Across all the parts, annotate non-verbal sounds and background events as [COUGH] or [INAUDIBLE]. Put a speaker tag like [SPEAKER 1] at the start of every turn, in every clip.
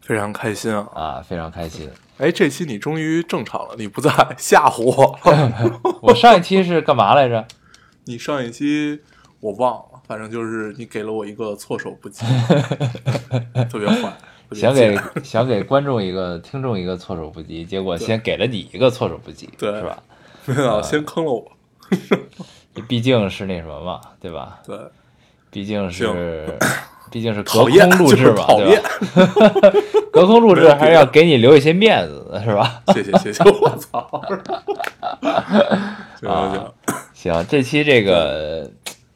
[SPEAKER 1] 非常开心啊！
[SPEAKER 2] 啊，非常开
[SPEAKER 1] [LAUGHS]
[SPEAKER 2] 心。
[SPEAKER 1] 哎，这期你终于正常了，你不再 [LAUGHS] 吓唬
[SPEAKER 2] 嗯
[SPEAKER 1] 我。
[SPEAKER 2] 我上一期是干嘛来着？
[SPEAKER 1] [LAUGHS] 你上一期我忘了，反正就是你给了我一个措手
[SPEAKER 2] [LAUGHS]
[SPEAKER 1] 不及，特别坏，特别
[SPEAKER 2] 想给
[SPEAKER 1] 贱
[SPEAKER 2] 想给观众一个、听众一个措手不及，结果先给了你一个措手不及，
[SPEAKER 1] 对
[SPEAKER 2] 是吧？嗯
[SPEAKER 1] 没有先坑了我。
[SPEAKER 2] 毕竟是那什么嘛，对吧？
[SPEAKER 1] 对，
[SPEAKER 2] 毕竟是
[SPEAKER 1] 行，
[SPEAKER 2] [COUGHS] 毕竟是隔
[SPEAKER 1] 讨
[SPEAKER 2] 空
[SPEAKER 1] 厌
[SPEAKER 2] 录
[SPEAKER 1] 就是
[SPEAKER 2] 制嘛，
[SPEAKER 1] 讨
[SPEAKER 2] 对
[SPEAKER 1] 厌
[SPEAKER 2] 吧？。 [LAUGHS] 隔空录制
[SPEAKER 1] 没啊有别的
[SPEAKER 2] 还是要给你留一些面子的，是吧？
[SPEAKER 1] 谢谢谢谢，
[SPEAKER 2] [LAUGHS]
[SPEAKER 1] 我操！行行
[SPEAKER 2] 啊
[SPEAKER 1] 行，
[SPEAKER 2] 行，这期这个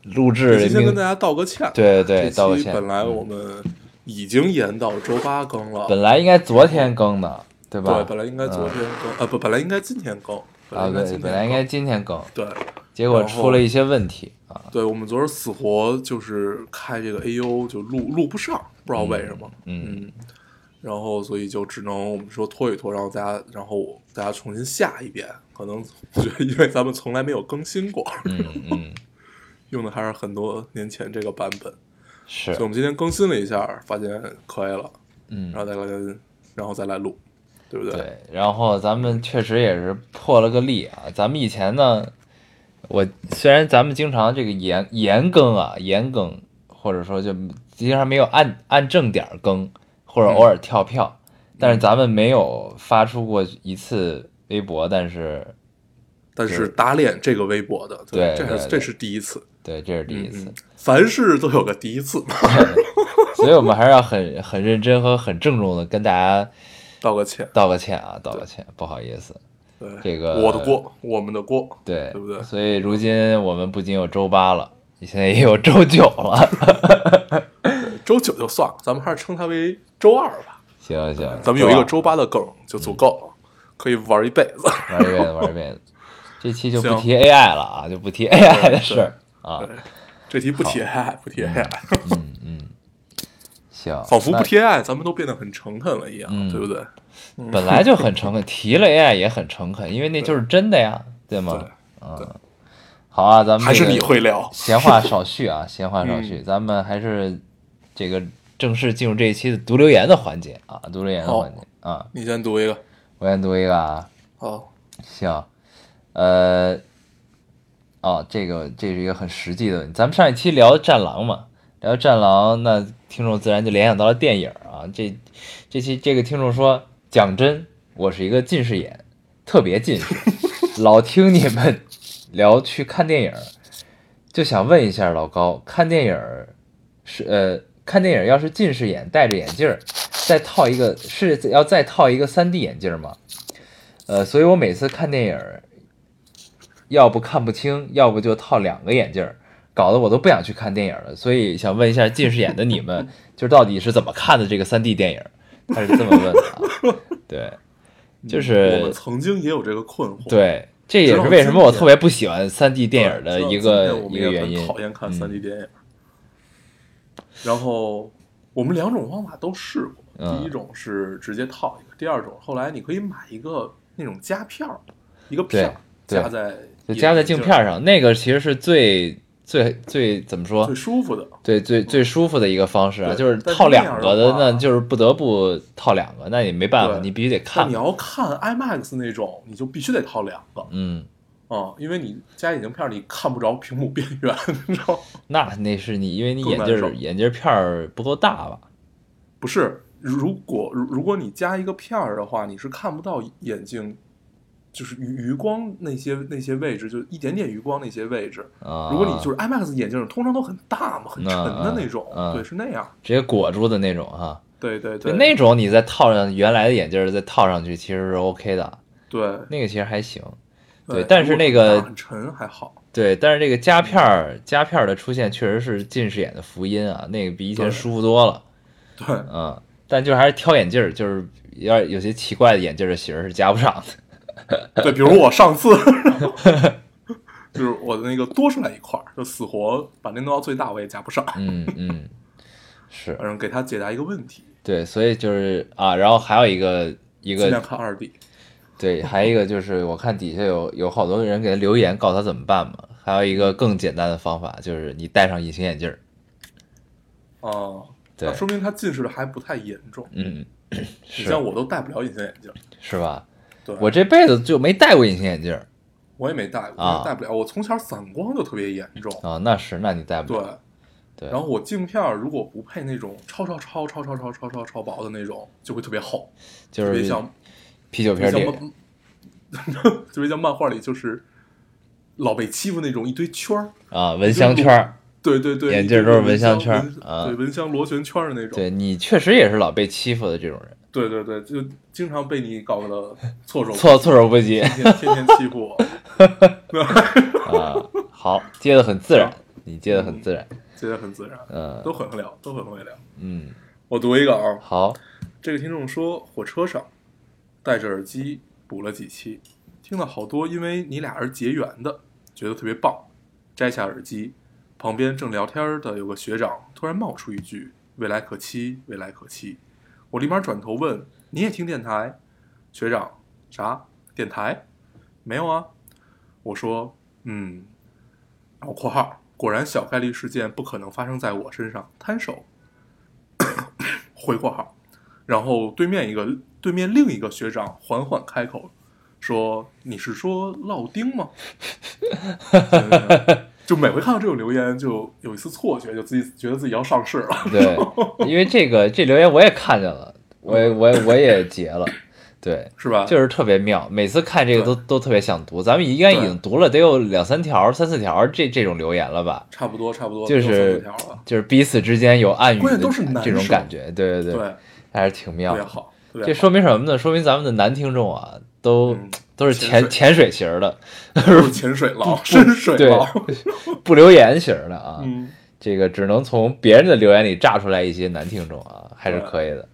[SPEAKER 2] 录
[SPEAKER 1] 这
[SPEAKER 2] 制
[SPEAKER 1] 期先跟
[SPEAKER 2] 命
[SPEAKER 1] 大家道个歉。
[SPEAKER 2] 对对，道
[SPEAKER 1] 这
[SPEAKER 2] 个
[SPEAKER 1] 期
[SPEAKER 2] 歉。嗯
[SPEAKER 1] 本来我们已经延到周八更了，
[SPEAKER 2] 本来应该昨天更的，对吧？嗯
[SPEAKER 1] 对，本来应该昨天更，呃不，本来应该今天更，本来
[SPEAKER 2] 啊，
[SPEAKER 1] 应该
[SPEAKER 2] 对，
[SPEAKER 1] 今
[SPEAKER 2] 本来应
[SPEAKER 1] 天
[SPEAKER 2] 该今天更，
[SPEAKER 1] 更对。
[SPEAKER 2] 结果出了一些问题啊。
[SPEAKER 1] 对我们昨儿死活就是开这个 AU 就录录不上，不知道为什么。
[SPEAKER 2] 嗯，
[SPEAKER 1] 然后所以就只能我们说拖一拖，然后大家，然后大家重新下一遍。可能我觉得，因为咱们从来没有更新过，
[SPEAKER 2] 嗯 [LAUGHS] 嗯，
[SPEAKER 1] [LAUGHS] 用的还是很多年前这个版本。
[SPEAKER 2] 是
[SPEAKER 1] 所以我，们今天更新了一下，发现可以了，
[SPEAKER 2] 嗯
[SPEAKER 1] 然，后再来，然后再来录，对不对？
[SPEAKER 2] 对。然后咱们确实也是破了个例啊。咱们以前呢，我虽然咱们经常这个延延更啊，延更，或者说就经常没有按按正点儿更，或者偶尔跳票，但是咱们没有发出过一次微博，但是
[SPEAKER 1] 但是打脸这个微博的，
[SPEAKER 2] 对
[SPEAKER 1] 这
[SPEAKER 2] 对
[SPEAKER 1] 还是
[SPEAKER 2] 对
[SPEAKER 1] 这是第一次，
[SPEAKER 2] 对，这是第一
[SPEAKER 1] 嗯
[SPEAKER 2] 次。
[SPEAKER 1] 嗯，凡事都有个第一次嘛， [LAUGHS]
[SPEAKER 2] 所以我们还是要很很认真和很郑重的跟大家
[SPEAKER 1] 道个歉。
[SPEAKER 2] 道个歉啊，道个歉，不好意思。
[SPEAKER 1] 对，
[SPEAKER 2] 这个
[SPEAKER 1] 我的锅，我们的锅，
[SPEAKER 2] 对，
[SPEAKER 1] 对不对
[SPEAKER 2] 所以如今我们不仅有周八了，现在也有周九了。
[SPEAKER 1] [LAUGHS] 周九就算了，咱们还是称它为周二吧。嗯
[SPEAKER 2] 行行，
[SPEAKER 1] 咱们有一个
[SPEAKER 2] 周
[SPEAKER 1] 周八的梗就足够了，可以玩一辈子。 [LAUGHS]
[SPEAKER 2] 八玩一辈子，玩一辈子。这期就不
[SPEAKER 1] 行
[SPEAKER 2] 提 AI 了啊，就不提 AI 的事儿啊
[SPEAKER 1] 对。，这题不贴爱，不贴爱，
[SPEAKER 2] 嗯嗯，行，
[SPEAKER 1] 仿佛
[SPEAKER 2] 那
[SPEAKER 1] 不贴爱，咱们都变得很诚恳了一样，
[SPEAKER 2] 嗯
[SPEAKER 1] 对不对？
[SPEAKER 2] 本来就很诚恳， [LAUGHS] 提了 AI 也很诚恳，因为那就是真的呀，对吗？嗯，好啊，咱们
[SPEAKER 1] 嗯还是
[SPEAKER 2] 这个
[SPEAKER 1] 你会聊，
[SPEAKER 2] 闲话少叙啊， [LAUGHS] 闲话少叙，咱们还是这个正式进入这一期的读留言的环节啊，读留言的环节啊，
[SPEAKER 1] 你先读一个。
[SPEAKER 2] 我先读一个啊，
[SPEAKER 1] 好，
[SPEAKER 2] 行，呃，哦，这个这是一个很实际的问题，咱们上一期聊战狼嘛，聊战狼，那听众自然就联想到了电影啊，这这期这个听众说，讲真，我是一个近视眼，特别近视， [LAUGHS] 老听你们聊去看电影儿，就想问一下老高，看电影儿是呃，看电影儿要是近视眼戴着眼镜儿，再套一个是要再套一个 3D 眼镜儿吗？呃，所以我每次看电影儿，要不看不清，要不就套两个眼镜儿，搞得我都不想去看电影儿了。所以想问一下近视眼的你们，就是到底是怎么看的这个 3D 电影儿？他是这么问的啊，对，就是
[SPEAKER 1] 嗯我们曾经也有这个困惑，，
[SPEAKER 2] 对，这也
[SPEAKER 1] 知道
[SPEAKER 2] 是为什么我
[SPEAKER 1] 今天
[SPEAKER 2] 特别不喜欢三 D 电影的一
[SPEAKER 1] 知道
[SPEAKER 2] 个
[SPEAKER 1] 今天我
[SPEAKER 2] 一
[SPEAKER 1] 们
[SPEAKER 2] 个
[SPEAKER 1] 也
[SPEAKER 2] 原因
[SPEAKER 1] 很。讨厌看
[SPEAKER 2] 嗯
[SPEAKER 1] 三 D 电影。然后我们两种方法都试过，
[SPEAKER 2] 嗯
[SPEAKER 1] 第一种是直接套一个，第二种后来你可以买一个那种夹片儿，一个片儿
[SPEAKER 2] 对对
[SPEAKER 1] 夹在
[SPEAKER 2] 就夹在
[SPEAKER 1] 眼镜
[SPEAKER 2] 镜
[SPEAKER 1] 儿
[SPEAKER 2] 片儿上，那个其实是最最最怎么说
[SPEAKER 1] 最？舒服的。
[SPEAKER 2] 对，最最舒服的一个方式啊，
[SPEAKER 1] 对
[SPEAKER 2] 就是
[SPEAKER 1] 但是
[SPEAKER 2] 套
[SPEAKER 1] 那样
[SPEAKER 2] 两
[SPEAKER 1] 的
[SPEAKER 2] 个的，
[SPEAKER 1] 话
[SPEAKER 2] 那就是不得不套两个，那也没办法，
[SPEAKER 1] 对
[SPEAKER 2] 你必须得
[SPEAKER 1] 但
[SPEAKER 2] 看
[SPEAKER 1] 你。要看 IMAX 那种，你就必须得套两个
[SPEAKER 2] 嗯，
[SPEAKER 1] 啊、嗯因为你夹眼镜片儿你看不着屏幕边缘，你知道吗？
[SPEAKER 2] 那那是你因为你
[SPEAKER 1] 更
[SPEAKER 2] 眼
[SPEAKER 1] 难
[SPEAKER 2] 镜
[SPEAKER 1] 受
[SPEAKER 2] 儿眼镜儿片儿不够大吧？
[SPEAKER 1] 不是，如果如如果你加一个片儿的话，你是看不到眼睛，就是余余光那些那些位置，就一点点余光那些位置。
[SPEAKER 2] 啊，
[SPEAKER 1] 如果你就是 IMAX 眼镜，通常都很大嘛，很沉的那种，
[SPEAKER 2] 嗯嗯嗯
[SPEAKER 1] 对，是那样。
[SPEAKER 2] 直接裹住的那种哈，
[SPEAKER 1] 对对
[SPEAKER 2] 就
[SPEAKER 1] 对，
[SPEAKER 2] 那种你再套上原来的眼镜儿再套上去，其实是 OK 的，
[SPEAKER 1] 对
[SPEAKER 2] 那个其实还行。对
[SPEAKER 1] 对，
[SPEAKER 2] 但是
[SPEAKER 1] 如果
[SPEAKER 2] 那个
[SPEAKER 1] 很大很沉还好，
[SPEAKER 2] 对，但是这个夹片儿夹片儿的出现确实是近视眼的福音啊，那个比以前
[SPEAKER 1] 对
[SPEAKER 2] 舒服多了。
[SPEAKER 1] 对
[SPEAKER 2] 嗯，但就是还是挑眼镜儿，就是有点有些奇怪的眼镜儿的型儿是加不上的。
[SPEAKER 1] 对，比如我
[SPEAKER 2] [LAUGHS]
[SPEAKER 1] 上次，就是我的那个多出来一块儿，就死活把那弄到最大，我也加不上。
[SPEAKER 2] 嗯嗯，是
[SPEAKER 1] 反正给他解答一个问题，
[SPEAKER 2] 对，所以就是啊，然后还有一个一
[SPEAKER 1] 尽
[SPEAKER 2] 个
[SPEAKER 1] 量看二 D。
[SPEAKER 2] 对，还有一个就是我看底下有有好多人给他留言，告诉他怎么办嘛。还有一
[SPEAKER 1] 嗯
[SPEAKER 2] 个更简单的方法就是你戴上隐形眼镜儿。
[SPEAKER 1] 哦，
[SPEAKER 2] 对
[SPEAKER 1] 那，说明他近视的还不太严重。
[SPEAKER 2] 嗯，
[SPEAKER 1] 你
[SPEAKER 2] 是
[SPEAKER 1] 像我都戴不了隐形眼镜，
[SPEAKER 2] 是吧？
[SPEAKER 1] 对，
[SPEAKER 2] 我这辈子就没戴过隐形眼镜儿
[SPEAKER 1] 我也没戴过，
[SPEAKER 2] 啊
[SPEAKER 1] 戴不了。我从小散光就特别严重，
[SPEAKER 2] 啊、那是，那你戴不
[SPEAKER 1] 对。
[SPEAKER 2] 了。对，
[SPEAKER 1] 然后我镜片儿如果不配那种超超超超超超超超超薄的那种，就会特别厚，
[SPEAKER 2] 就
[SPEAKER 1] 特别
[SPEAKER 2] 是
[SPEAKER 1] 像
[SPEAKER 2] 啤酒
[SPEAKER 1] 特
[SPEAKER 2] 瓶
[SPEAKER 1] 别
[SPEAKER 2] 儿
[SPEAKER 1] 像
[SPEAKER 2] 里，
[SPEAKER 1] 漫，特别像漫 [LAUGHS] 画里就是老被欺负那种一堆圈儿，
[SPEAKER 2] 啊，蚊香圈儿。
[SPEAKER 1] 对对对，
[SPEAKER 2] 眼镜儿都是蚊香
[SPEAKER 1] 香
[SPEAKER 2] 圈儿
[SPEAKER 1] 蚊
[SPEAKER 2] 啊
[SPEAKER 1] 对蚊香螺旋圈儿的那种，
[SPEAKER 2] 对你确实也是老被欺负的这种人，
[SPEAKER 1] 对对对，就经常被你搞得措
[SPEAKER 2] [LAUGHS]
[SPEAKER 1] 手不及
[SPEAKER 2] 措措手不
[SPEAKER 1] [LAUGHS]
[SPEAKER 2] 及
[SPEAKER 1] 天天天天欺负我，
[SPEAKER 2] 啊。好，接的很自然，你接的很自然。
[SPEAKER 1] 这也很自然，
[SPEAKER 2] [LAUGHS] 嗯
[SPEAKER 1] 都很会聊，都很会聊。
[SPEAKER 2] 嗯，
[SPEAKER 1] 我读一个啊，
[SPEAKER 2] 好，
[SPEAKER 1] 这个听众说，火车上戴着耳机补了几期，听了好多，因为你俩是结缘的，觉得特别棒。摘下耳机，旁边正聊天的有个学长突然冒出一句：“未来可期，未来可期。”我立马转头问：“你也听电台？”学长：“啥电台？没有啊。”我说：“嗯。”然后括号果然小概率事件不可能发生在我身上，摊手。 [COUGHS] 回括号。然后对面一个对面另一个学长缓缓开口说：“你是说烙丁吗？” [LAUGHS] 嗯就每回看到这种留言，就有一丝错觉，就自己觉得自己要上市了。 [LAUGHS]
[SPEAKER 2] 对，因为这个这留言我也看见了，我也我也我也截了，对，
[SPEAKER 1] 是吧？
[SPEAKER 2] 就是特别妙，每次看这个都都特别想读。咱们应该已经读了得有两三条、三四条这这种留言了吧？
[SPEAKER 1] 差不多，差不多，
[SPEAKER 2] 就
[SPEAKER 1] 没有三
[SPEAKER 2] 是
[SPEAKER 1] 四条了。
[SPEAKER 2] 就是彼此之间有暗语
[SPEAKER 1] 关
[SPEAKER 2] 的
[SPEAKER 1] 键都是男
[SPEAKER 2] 这种
[SPEAKER 1] 生
[SPEAKER 2] 感觉，对对
[SPEAKER 1] 对，
[SPEAKER 2] 对，还是挺妙
[SPEAKER 1] 特别
[SPEAKER 2] 的。
[SPEAKER 1] 好，特别
[SPEAKER 2] 这
[SPEAKER 1] 好
[SPEAKER 2] 说明什么呢？说明咱们的男听众啊，都、
[SPEAKER 1] 嗯
[SPEAKER 2] 都是
[SPEAKER 1] 潜
[SPEAKER 2] 潜潜水型儿的，
[SPEAKER 1] 都是 [LAUGHS] 潜水捞、深水
[SPEAKER 2] 对啊
[SPEAKER 1] 捞。
[SPEAKER 2] [LAUGHS] 不留言型儿的啊。
[SPEAKER 1] 嗯，
[SPEAKER 2] 这个只能从别人的留言里榨出来一些男听众啊，还是可以的。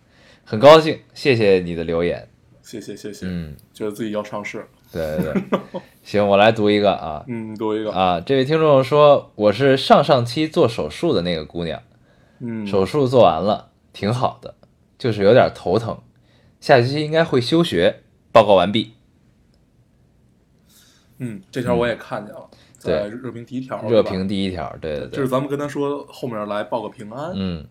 [SPEAKER 2] 很高兴，谢谢你的留言。
[SPEAKER 1] 谢谢谢谢，
[SPEAKER 2] 嗯，
[SPEAKER 1] 觉得自己要上市了。
[SPEAKER 2] 对对对，行，我来读一个啊
[SPEAKER 1] 嗯，多一个，
[SPEAKER 2] 啊，这位听众说我是上上期做手术的那个姑娘，
[SPEAKER 1] 嗯，
[SPEAKER 2] 手术做完了，挺好的，就是有点头疼，下学期应该会休学。报告完毕。
[SPEAKER 1] 嗯，这条我也看见了，在热评第一条，
[SPEAKER 2] 热
[SPEAKER 1] 对吧
[SPEAKER 2] 评第一条，对对
[SPEAKER 1] 就
[SPEAKER 2] 对
[SPEAKER 1] 是，咱们跟他说后面来报个平安，
[SPEAKER 2] 嗯，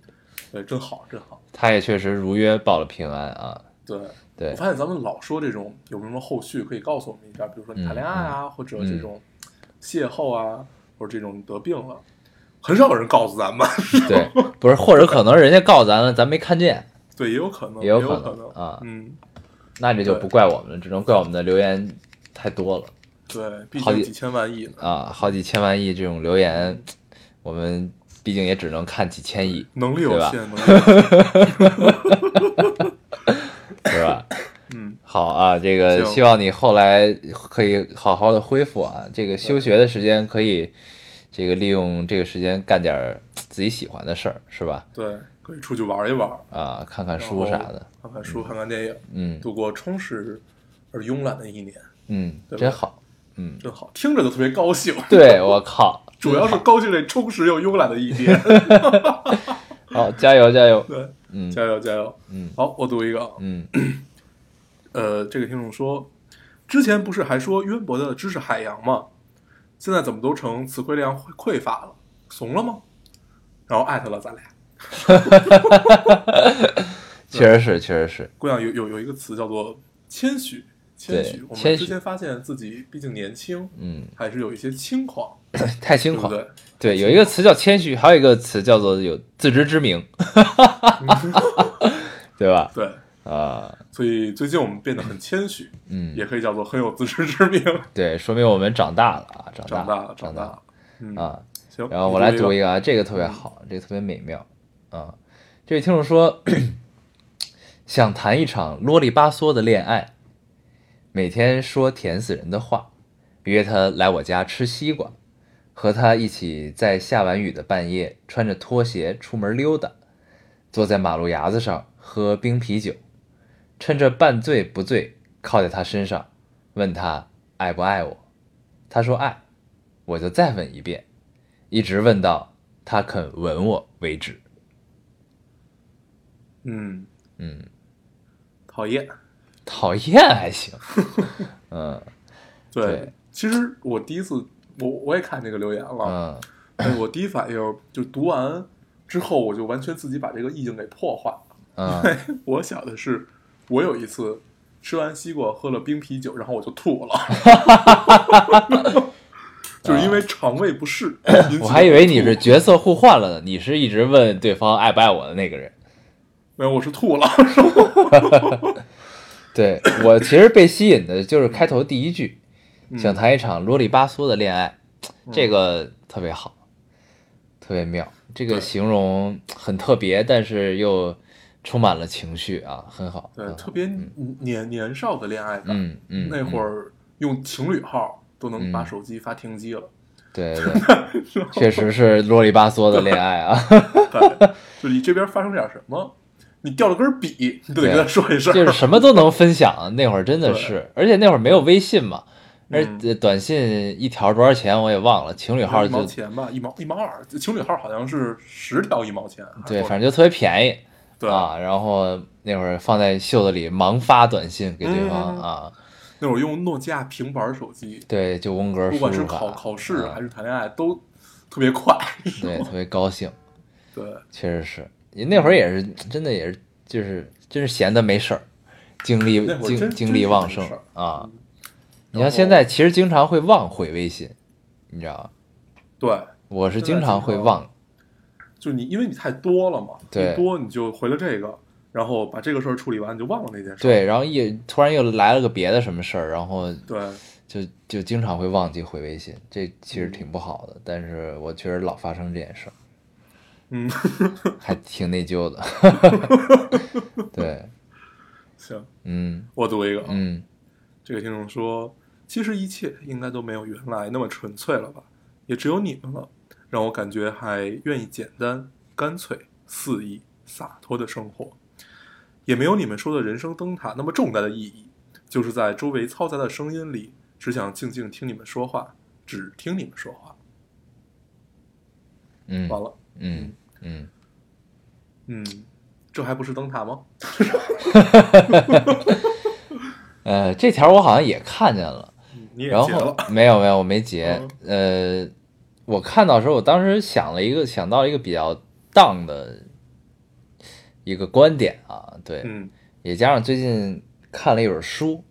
[SPEAKER 1] 对，真好真好。
[SPEAKER 2] 他也确实如约报了平安啊。
[SPEAKER 1] 对，
[SPEAKER 2] 对
[SPEAKER 1] 我，发现咱们老说这种有没有什么后续可以告诉我们一下，比如说你
[SPEAKER 2] 嗯
[SPEAKER 1] 谈恋爱啊，或者这种邂逅啊，或者这种得病了，很少有人告诉咱们。 [LAUGHS]
[SPEAKER 2] 对，不是，或者可能人家告咱了，咱没看见，
[SPEAKER 1] 对，也有可能，
[SPEAKER 2] 也有
[SPEAKER 1] 有
[SPEAKER 2] 可能
[SPEAKER 1] 能
[SPEAKER 2] 啊
[SPEAKER 1] 嗯，
[SPEAKER 2] 那这就不怪我们了，只能怪我们的留言太多了
[SPEAKER 1] 对，毕
[SPEAKER 2] 好
[SPEAKER 1] 竟
[SPEAKER 2] 几
[SPEAKER 1] 几千万亿呢，
[SPEAKER 2] 啊，好几千万亿这种留言，我们毕竟也只能看几千
[SPEAKER 1] [LAUGHS]
[SPEAKER 2] 亿，
[SPEAKER 1] 能力有
[SPEAKER 2] 对吧
[SPEAKER 1] 限，能力有限。
[SPEAKER 2] 是吧？
[SPEAKER 1] 嗯，
[SPEAKER 2] 好啊，这个
[SPEAKER 1] 行
[SPEAKER 2] 希望你后来可以好好的恢复啊，这个休学的时间可以，这个利用这个时间干点儿自己喜欢的事儿，是吧？
[SPEAKER 1] 对，可以出去玩
[SPEAKER 2] [LAUGHS]
[SPEAKER 1] 一玩，
[SPEAKER 2] 啊，看看
[SPEAKER 1] 然
[SPEAKER 2] 书
[SPEAKER 1] 后
[SPEAKER 2] 啥的，，
[SPEAKER 1] 看看书，看看电影，
[SPEAKER 2] 嗯
[SPEAKER 1] 度过充实而慵懒的一年，
[SPEAKER 2] 嗯，
[SPEAKER 1] 对吧
[SPEAKER 2] 真好，嗯，
[SPEAKER 1] 真好，听着就特别高兴。
[SPEAKER 2] 对
[SPEAKER 1] [LAUGHS]
[SPEAKER 2] 我靠，
[SPEAKER 1] 主要是高兴这充实又慵懒的一天。
[SPEAKER 2] 好，哦加油加油，
[SPEAKER 1] [LAUGHS] 对，
[SPEAKER 2] 嗯
[SPEAKER 1] 加油加油。
[SPEAKER 2] 嗯
[SPEAKER 1] 好，我读一个啊。
[SPEAKER 2] 嗯
[SPEAKER 1] 呃，这个听众说，之前不是还说渊博的知识海洋吗？现在怎么都成词汇量匮乏了，怂了吗？然后艾特了咱俩。
[SPEAKER 2] 确实是确实是，
[SPEAKER 1] 姑娘有有有一个词叫做谦虚，谦虚
[SPEAKER 2] 对。
[SPEAKER 1] 我
[SPEAKER 2] 谦
[SPEAKER 1] 们
[SPEAKER 2] 虚
[SPEAKER 1] 之前发现自己毕竟年轻，
[SPEAKER 2] 嗯，
[SPEAKER 1] 还是有一些轻狂，
[SPEAKER 2] 太轻
[SPEAKER 1] 对不
[SPEAKER 2] 狂。
[SPEAKER 1] 对？
[SPEAKER 2] 对，有一个词叫谦虚，还有一个词叫做有自知之
[SPEAKER 1] [LAUGHS]
[SPEAKER 2] 明，对吧？
[SPEAKER 1] 对，
[SPEAKER 2] 啊、
[SPEAKER 1] 所以最近我们变得很谦虚，
[SPEAKER 2] 嗯，
[SPEAKER 1] 也可以叫做很有自知之明。
[SPEAKER 2] 对，说明我们长大了啊，长
[SPEAKER 1] 长
[SPEAKER 2] 大
[SPEAKER 1] 大了，
[SPEAKER 2] 长
[SPEAKER 1] 长
[SPEAKER 2] 大
[SPEAKER 1] 大了。嗯，
[SPEAKER 2] 啊。
[SPEAKER 1] 行，
[SPEAKER 2] 然后
[SPEAKER 1] 你
[SPEAKER 2] 我来读
[SPEAKER 1] 一
[SPEAKER 2] 一
[SPEAKER 1] 个，嗯
[SPEAKER 2] 个啊，这个特别好，这个特别美妙啊。这位听众说，想谈一场啰里吧嗦的恋爱，每天说甜死人的话，约他来我家吃西瓜，和他一起在下完雨的半夜穿着拖鞋出门溜达，坐在马路牙子上喝冰啤酒，趁着半醉不醉靠在他身上，问他爱不爱我。他说爱，我就再问一遍，一直问到他肯吻我为止。
[SPEAKER 1] 嗯，
[SPEAKER 2] 嗯，
[SPEAKER 1] 讨厌。
[SPEAKER 2] 讨厌还行。嗯
[SPEAKER 1] 对，
[SPEAKER 2] 对
[SPEAKER 1] 其实我第一次，我我也看这个留言了，
[SPEAKER 2] 嗯
[SPEAKER 1] 但我第一反应就读完之后，我就完全自己把这个意境给破坏 [LAUGHS] 了。
[SPEAKER 2] [LAUGHS] 嗯，
[SPEAKER 1] 我想的是，我有一次吃完西瓜喝了冰啤酒，然后我就吐了， [LAUGHS] 就是因为肠胃不适。引起
[SPEAKER 2] 嗯 [LAUGHS] 我还以为你是角色互换了呢，你是一直问对方爱不爱我的那个人。
[SPEAKER 1] 没有，我是吐了。 [LAUGHS]
[SPEAKER 2] 嗯对我其实被吸引的就是开头第一句，
[SPEAKER 1] 嗯
[SPEAKER 2] 想谈一场啰里吧嗦的恋爱，这个特别好，特别妙。这个
[SPEAKER 1] 对
[SPEAKER 2] 形容很特别，但是又充满了情绪啊，很好。
[SPEAKER 1] 对，
[SPEAKER 2] 很好
[SPEAKER 1] 特别年年少的恋爱感，
[SPEAKER 2] 嗯嗯，
[SPEAKER 1] 那会
[SPEAKER 2] 嗯
[SPEAKER 1] 儿用情侣号都能把
[SPEAKER 2] 嗯
[SPEAKER 1] 手机发停机了，
[SPEAKER 2] 对对，确实是啰里吧嗦的恋爱啊。
[SPEAKER 1] 对，就是你这边发生点什么，你掉了根笔，你都得跟他说一声。
[SPEAKER 2] 就是什么都能分享。那会儿真的是，而且那会儿没有微信嘛，而
[SPEAKER 1] 嗯
[SPEAKER 2] 且短信一条多少钱我也忘了，情侣号
[SPEAKER 1] 一毛
[SPEAKER 2] 就
[SPEAKER 1] 钱吧，一毛一毛二，情侣号好像是十条一毛钱。
[SPEAKER 2] 对，
[SPEAKER 1] 还是
[SPEAKER 2] 反正就特别便宜
[SPEAKER 1] 对
[SPEAKER 2] 啊。然后那会儿放在袖子里盲发短信给对方
[SPEAKER 1] 嗯
[SPEAKER 2] 啊，
[SPEAKER 1] 那会儿用诺基亚平板手机，
[SPEAKER 2] 对，就翁格
[SPEAKER 1] 不
[SPEAKER 2] 输
[SPEAKER 1] 管是
[SPEAKER 2] 入
[SPEAKER 1] 考
[SPEAKER 2] 法，
[SPEAKER 1] 考试
[SPEAKER 2] 啊
[SPEAKER 1] 还是谈恋爱，都特别快。 [LAUGHS]
[SPEAKER 2] 对，特别高兴，
[SPEAKER 1] 对，
[SPEAKER 2] 确实是。你那会儿也是真的也是就是真是闲的没事儿，精力
[SPEAKER 1] 那会儿
[SPEAKER 2] 精
[SPEAKER 1] 真
[SPEAKER 2] 精力旺盛
[SPEAKER 1] 真是没事嗯
[SPEAKER 2] 啊。你像
[SPEAKER 1] 然后
[SPEAKER 2] 现在其实经常会忘回微信，你知道吗？
[SPEAKER 1] 对，
[SPEAKER 2] 我是
[SPEAKER 1] 现在
[SPEAKER 2] 经常
[SPEAKER 1] 经
[SPEAKER 2] 会
[SPEAKER 1] 常
[SPEAKER 2] 忘
[SPEAKER 1] 就你因为你太多了嘛，
[SPEAKER 2] 对
[SPEAKER 1] 你多你就回了这个，然后把这个事儿处理完，你就忘了那件事。
[SPEAKER 2] 对，然后也突然又来了个别的什么事儿，然后
[SPEAKER 1] 对，
[SPEAKER 2] 就就经常会忘记回微信，这其实挺不好的。但是我确实老发生这件事儿，
[SPEAKER 1] 嗯， [LAUGHS]
[SPEAKER 2] 还挺内疚的。 [LAUGHS] 对，
[SPEAKER 1] 行，
[SPEAKER 2] 嗯
[SPEAKER 1] 我读一个啊，
[SPEAKER 2] 嗯
[SPEAKER 1] 这个听众说，其实一切应该都没有原来那么纯粹了吧，也只有你们了，让我感觉还愿意简单、干脆、肆意、洒脱的生活，也没有你们说的人生灯塔那么重大的意义，就是在周围嘈杂的声音里，只想静静听你们说话，只听你们说话。
[SPEAKER 2] 嗯
[SPEAKER 1] 完了，
[SPEAKER 2] 嗯嗯，
[SPEAKER 1] 嗯，这还不是灯塔吗？
[SPEAKER 2] 呃，这条我好像也看见了，
[SPEAKER 1] 嗯你也
[SPEAKER 2] 然
[SPEAKER 1] 结
[SPEAKER 2] 后
[SPEAKER 1] 了，嗯
[SPEAKER 2] 没有没有我没截，呃，我看到的时候，我当时想了一个想到一个比较当的一个观点啊，对，
[SPEAKER 1] 嗯
[SPEAKER 2] 也加上最近看了一本书，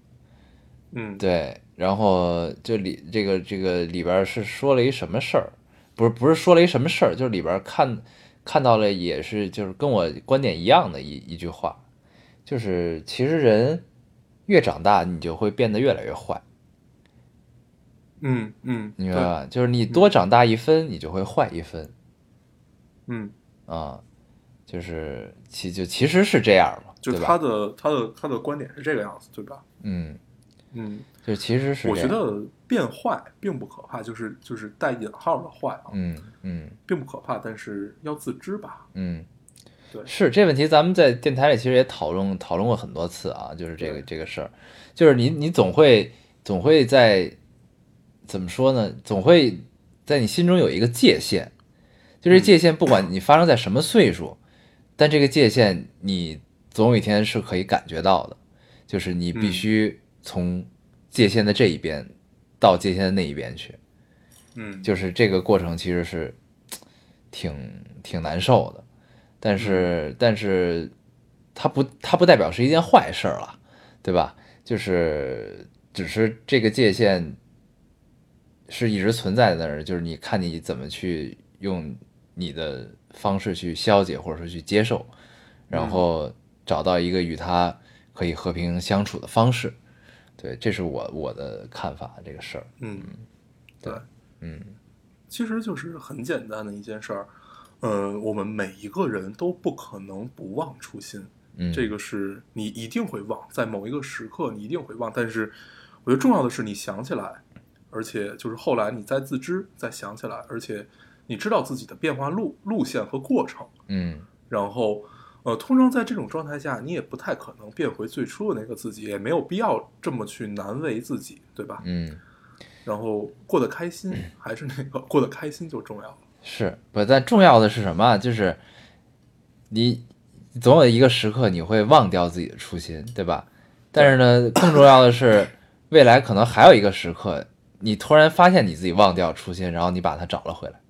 [SPEAKER 1] 嗯，
[SPEAKER 2] 对，然后就里这个这个里边儿是说了一什么事儿，不是不是说了一什么事儿，就是里边儿看看到了也是就是跟我观点一样的一一句话，就是其实人越长大，你就会变得越来越坏，
[SPEAKER 1] 嗯嗯，
[SPEAKER 2] 你
[SPEAKER 1] 对，
[SPEAKER 2] 明白吧？就是你多长大一分，你就会坏一分
[SPEAKER 1] 嗯，
[SPEAKER 2] 啊、就是其就其实是这样嘛，
[SPEAKER 1] 就是
[SPEAKER 2] 对
[SPEAKER 1] 他
[SPEAKER 2] 吧？
[SPEAKER 1] 的他的他的观点是这个样子，对吧？
[SPEAKER 2] 嗯，
[SPEAKER 1] 嗯。
[SPEAKER 2] 就其实是
[SPEAKER 1] 我
[SPEAKER 2] 这
[SPEAKER 1] 觉
[SPEAKER 2] 样，
[SPEAKER 1] 得变坏并不可怕，就是就是带引号的坏啊，
[SPEAKER 2] 嗯嗯。
[SPEAKER 1] 并不可怕，但是要自知吧。
[SPEAKER 2] 嗯，
[SPEAKER 1] 对
[SPEAKER 2] 是这问题，咱们在电台里其实也讨论讨论过很多次啊，就是这个这个事儿，就是你你总会总会在怎么说呢？总会在你心中有一个界限，就
[SPEAKER 1] 嗯
[SPEAKER 2] 这界限，不管你发生在什么岁数，但这个界限你总有一天是可以感觉到的，就是你必
[SPEAKER 1] 嗯
[SPEAKER 2] 须从界限的这一边到界限的那一边去，
[SPEAKER 1] 嗯，
[SPEAKER 2] 就是这个过程其实是挺挺难受的，但是、但是它不它不代表是一件坏事儿了，对吧？就是只是这个界限是一直存在在那儿，就是你看你怎么去用你的方式去消解或者说去接受，然后找到一个与它可以和平相处的方式。对，这是我我的看法，这个事儿。
[SPEAKER 1] 嗯，对，
[SPEAKER 2] 嗯
[SPEAKER 1] 其实就是很简单的一件事儿。呃，我们每一个人都不可能不忘初心，
[SPEAKER 2] 嗯，
[SPEAKER 1] 这个是你一定会忘，在某一个时刻你一定会忘。但是，我觉得重要的是你想起来，而且就是后来你再自知，再想起来，而且你知道自己的变化路路线和过程，
[SPEAKER 2] 嗯
[SPEAKER 1] 然后呃，通常在这种状态下，你也不太可能变回最初的那个自己，也没有必要这么去难为自己，对吧？
[SPEAKER 2] 嗯，
[SPEAKER 1] 然后过得开心，还是那个过得开心就重要了。
[SPEAKER 2] 是不？但重要的是什么啊？就是你总有一个时刻你会忘掉自己的初心，对吧？但是呢，更重要的是，未来可能还有一个时刻，你突然发现你自己忘掉初心，然后你把它找了回来。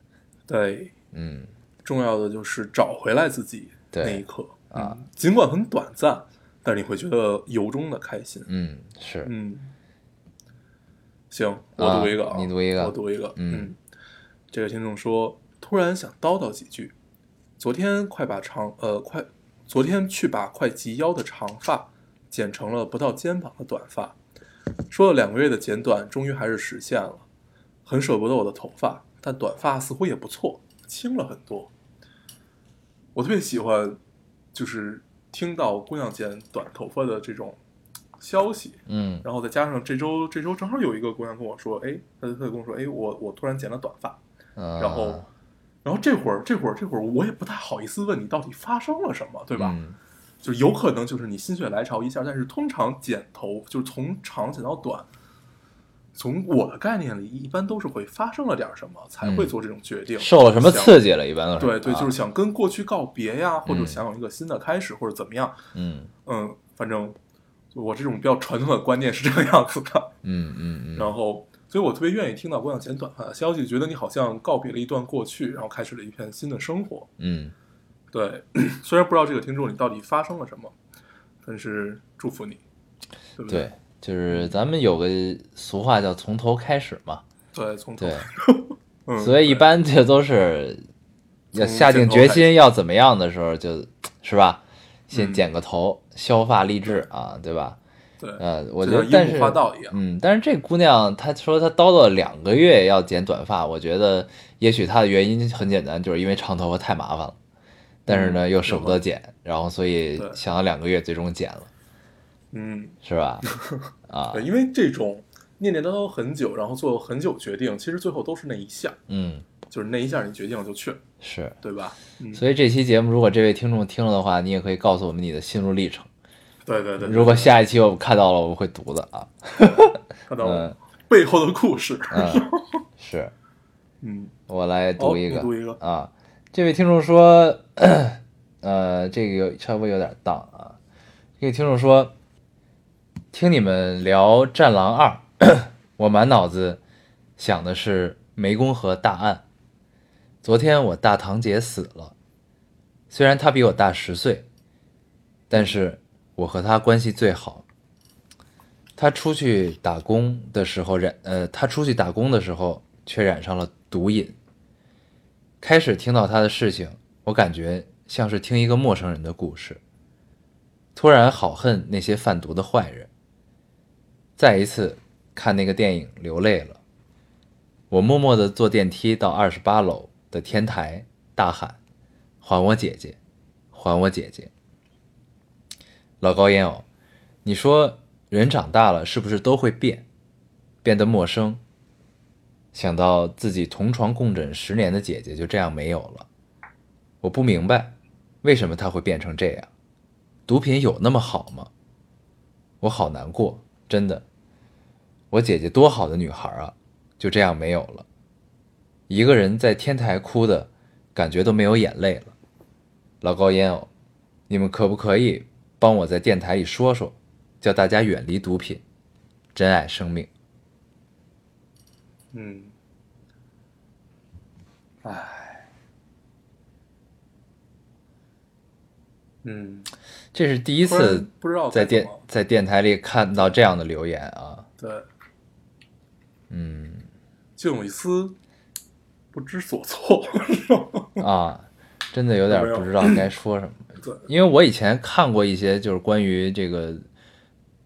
[SPEAKER 1] 对，
[SPEAKER 2] 嗯，
[SPEAKER 1] 重要的就是找回来自己
[SPEAKER 2] 对
[SPEAKER 1] 那一刻
[SPEAKER 2] 啊
[SPEAKER 1] 嗯尽管很短暂，但你会觉得由衷的开心。
[SPEAKER 2] 嗯，是，
[SPEAKER 1] 嗯，行，我读一个
[SPEAKER 2] 啊你读一个
[SPEAKER 1] 我读一个。
[SPEAKER 2] 嗯
[SPEAKER 1] 嗯，这个听众说，突然想叨叨几句。昨天快把长呃快，昨天去把快及腰的长发剪成了不到肩膀的短发。说了两个月的剪短，终于还是实现了。很舍不得我的头发，但短发似乎也不错，轻了很多。我特别喜欢，就是听到姑娘剪短头发的这种消息，
[SPEAKER 2] 嗯
[SPEAKER 1] 然后再加上这周这周正好有一个姑娘跟我说，哎，她她就跟我说，哎，我我突然剪了短发，
[SPEAKER 2] 嗯，
[SPEAKER 1] 然后，然后这会儿这会儿这会儿我也不太好意思问你到底发生了什么，对
[SPEAKER 2] 对
[SPEAKER 1] 吧？就有可能就是你心血来潮一下，但是通常剪头就是从长剪到短，从我的概念里一般都是会发生了点什么才会
[SPEAKER 2] 嗯
[SPEAKER 1] 做这种决定，
[SPEAKER 2] 受了什么
[SPEAKER 1] 想
[SPEAKER 2] 刺激了？一般都是
[SPEAKER 1] 对对，
[SPEAKER 2] 啊
[SPEAKER 1] 就是想跟过去告别呀，或者
[SPEAKER 2] 嗯
[SPEAKER 1] 想有一个新的开始，或者怎么样。
[SPEAKER 2] 嗯
[SPEAKER 1] 嗯，反正我这种比较传统的观念是这个样子的。
[SPEAKER 2] 嗯嗯嗯
[SPEAKER 1] 然后，所以我特别愿意听到郭晓前短发的消息，觉得你好像告别了一段过去，然后开始了一片新的生活。
[SPEAKER 2] 嗯， [CLEARS THROAT]
[SPEAKER 1] 对，虽然不知道这个听众你到底发生了什么，但是祝福你，对不
[SPEAKER 2] 对，就是咱们有个俗话叫从头开始嘛，
[SPEAKER 1] 对？从头
[SPEAKER 2] 对，，
[SPEAKER 1] 嗯，
[SPEAKER 2] 所以一般这都是要
[SPEAKER 1] 从
[SPEAKER 2] 下定
[SPEAKER 1] 剪头
[SPEAKER 2] 决
[SPEAKER 1] 开
[SPEAKER 2] 心要怎么样的时候就，是吧？先
[SPEAKER 1] 嗯
[SPEAKER 2] 剪个头，削发立志啊，对吧？
[SPEAKER 1] 对，
[SPEAKER 2] 呃，我
[SPEAKER 1] 就
[SPEAKER 2] 觉得
[SPEAKER 1] 像，
[SPEAKER 2] 但
[SPEAKER 1] 樱
[SPEAKER 2] 是
[SPEAKER 1] 木花道一样，
[SPEAKER 2] 嗯，但是这姑娘她说她叨叨两个月要剪短发，我觉得也许她的原因很简单，就是因为长头发太麻烦了，但是呢
[SPEAKER 1] 嗯
[SPEAKER 2] 又舍不
[SPEAKER 1] 有道
[SPEAKER 2] 得
[SPEAKER 1] 理
[SPEAKER 2] 剪，然后所以
[SPEAKER 1] 对
[SPEAKER 2] 想了两个月，最终剪了，
[SPEAKER 1] 嗯，
[SPEAKER 2] 是
[SPEAKER 1] [LAUGHS]
[SPEAKER 2] 吧？啊，
[SPEAKER 1] 对，因为这种念念叨叨很久，然后做很久决定，其实最后都是那一下，
[SPEAKER 2] 嗯，
[SPEAKER 1] 就是那一下你决定了就去了，
[SPEAKER 2] 是。
[SPEAKER 1] 对吧？嗯，
[SPEAKER 2] 所以这期节目，如果这位听众听了的话，你也可以告诉我们你的心路历程。
[SPEAKER 1] 对对对，
[SPEAKER 2] 如果下一期我们看到了，我们会读的啊。
[SPEAKER 1] 看到
[SPEAKER 2] 嗯
[SPEAKER 1] 背后的故事，
[SPEAKER 2] 嗯，是
[SPEAKER 1] 嗯，
[SPEAKER 2] 我来
[SPEAKER 1] 哦
[SPEAKER 2] 读一
[SPEAKER 1] 你
[SPEAKER 2] 个，
[SPEAKER 1] 读一个
[SPEAKER 2] 啊。这位听众说，呃，这个有稍微有点荡啊。这个听众说，听你们聊《战狼二》，我满脑子想的是湄公河大案。昨天我大堂姐死了，虽然她比我大十岁，但是我和她关系最好。她出去打工的时候染，呃，她出去打工的时候却染上了毒瘾。开始听到她的事情，我感觉像是听一个陌生人的故事。突然好恨那些贩毒的坏人。再一次看那个电影流泪了。我默默地坐电梯到二十八楼的天台，大喊：“还我姐姐，还我姐姐！”老高烟偶，你说人长大了是不是都会变，变得陌生？想到自己同床共枕十年的姐姐就这样没有了，我不明白为什么她会变成这样。毒品有那么好吗？我好难过，真的。我姐姐多好的女孩啊，就这样没有了。一个人在天台哭的感觉都没有眼泪了。老高烟偶，你们可不可以帮我在电台里说说，叫大家远离毒品，珍爱生命？
[SPEAKER 1] 嗯，唉，嗯，
[SPEAKER 2] 这是第一
[SPEAKER 1] 突然
[SPEAKER 2] 次
[SPEAKER 1] 不知道
[SPEAKER 2] 在
[SPEAKER 1] 该怎
[SPEAKER 2] 电
[SPEAKER 1] 么
[SPEAKER 2] 在电台里看到这样的留言
[SPEAKER 1] [LAUGHS]
[SPEAKER 2] 啊，
[SPEAKER 1] 对，
[SPEAKER 2] 嗯
[SPEAKER 1] [LAUGHS] 就有一丝不知所措，
[SPEAKER 2] 啊，真的有点不知道该说什么。
[SPEAKER 1] [CLEARS THROAT] 对，
[SPEAKER 2] 因为我以前看过一些就是关于这个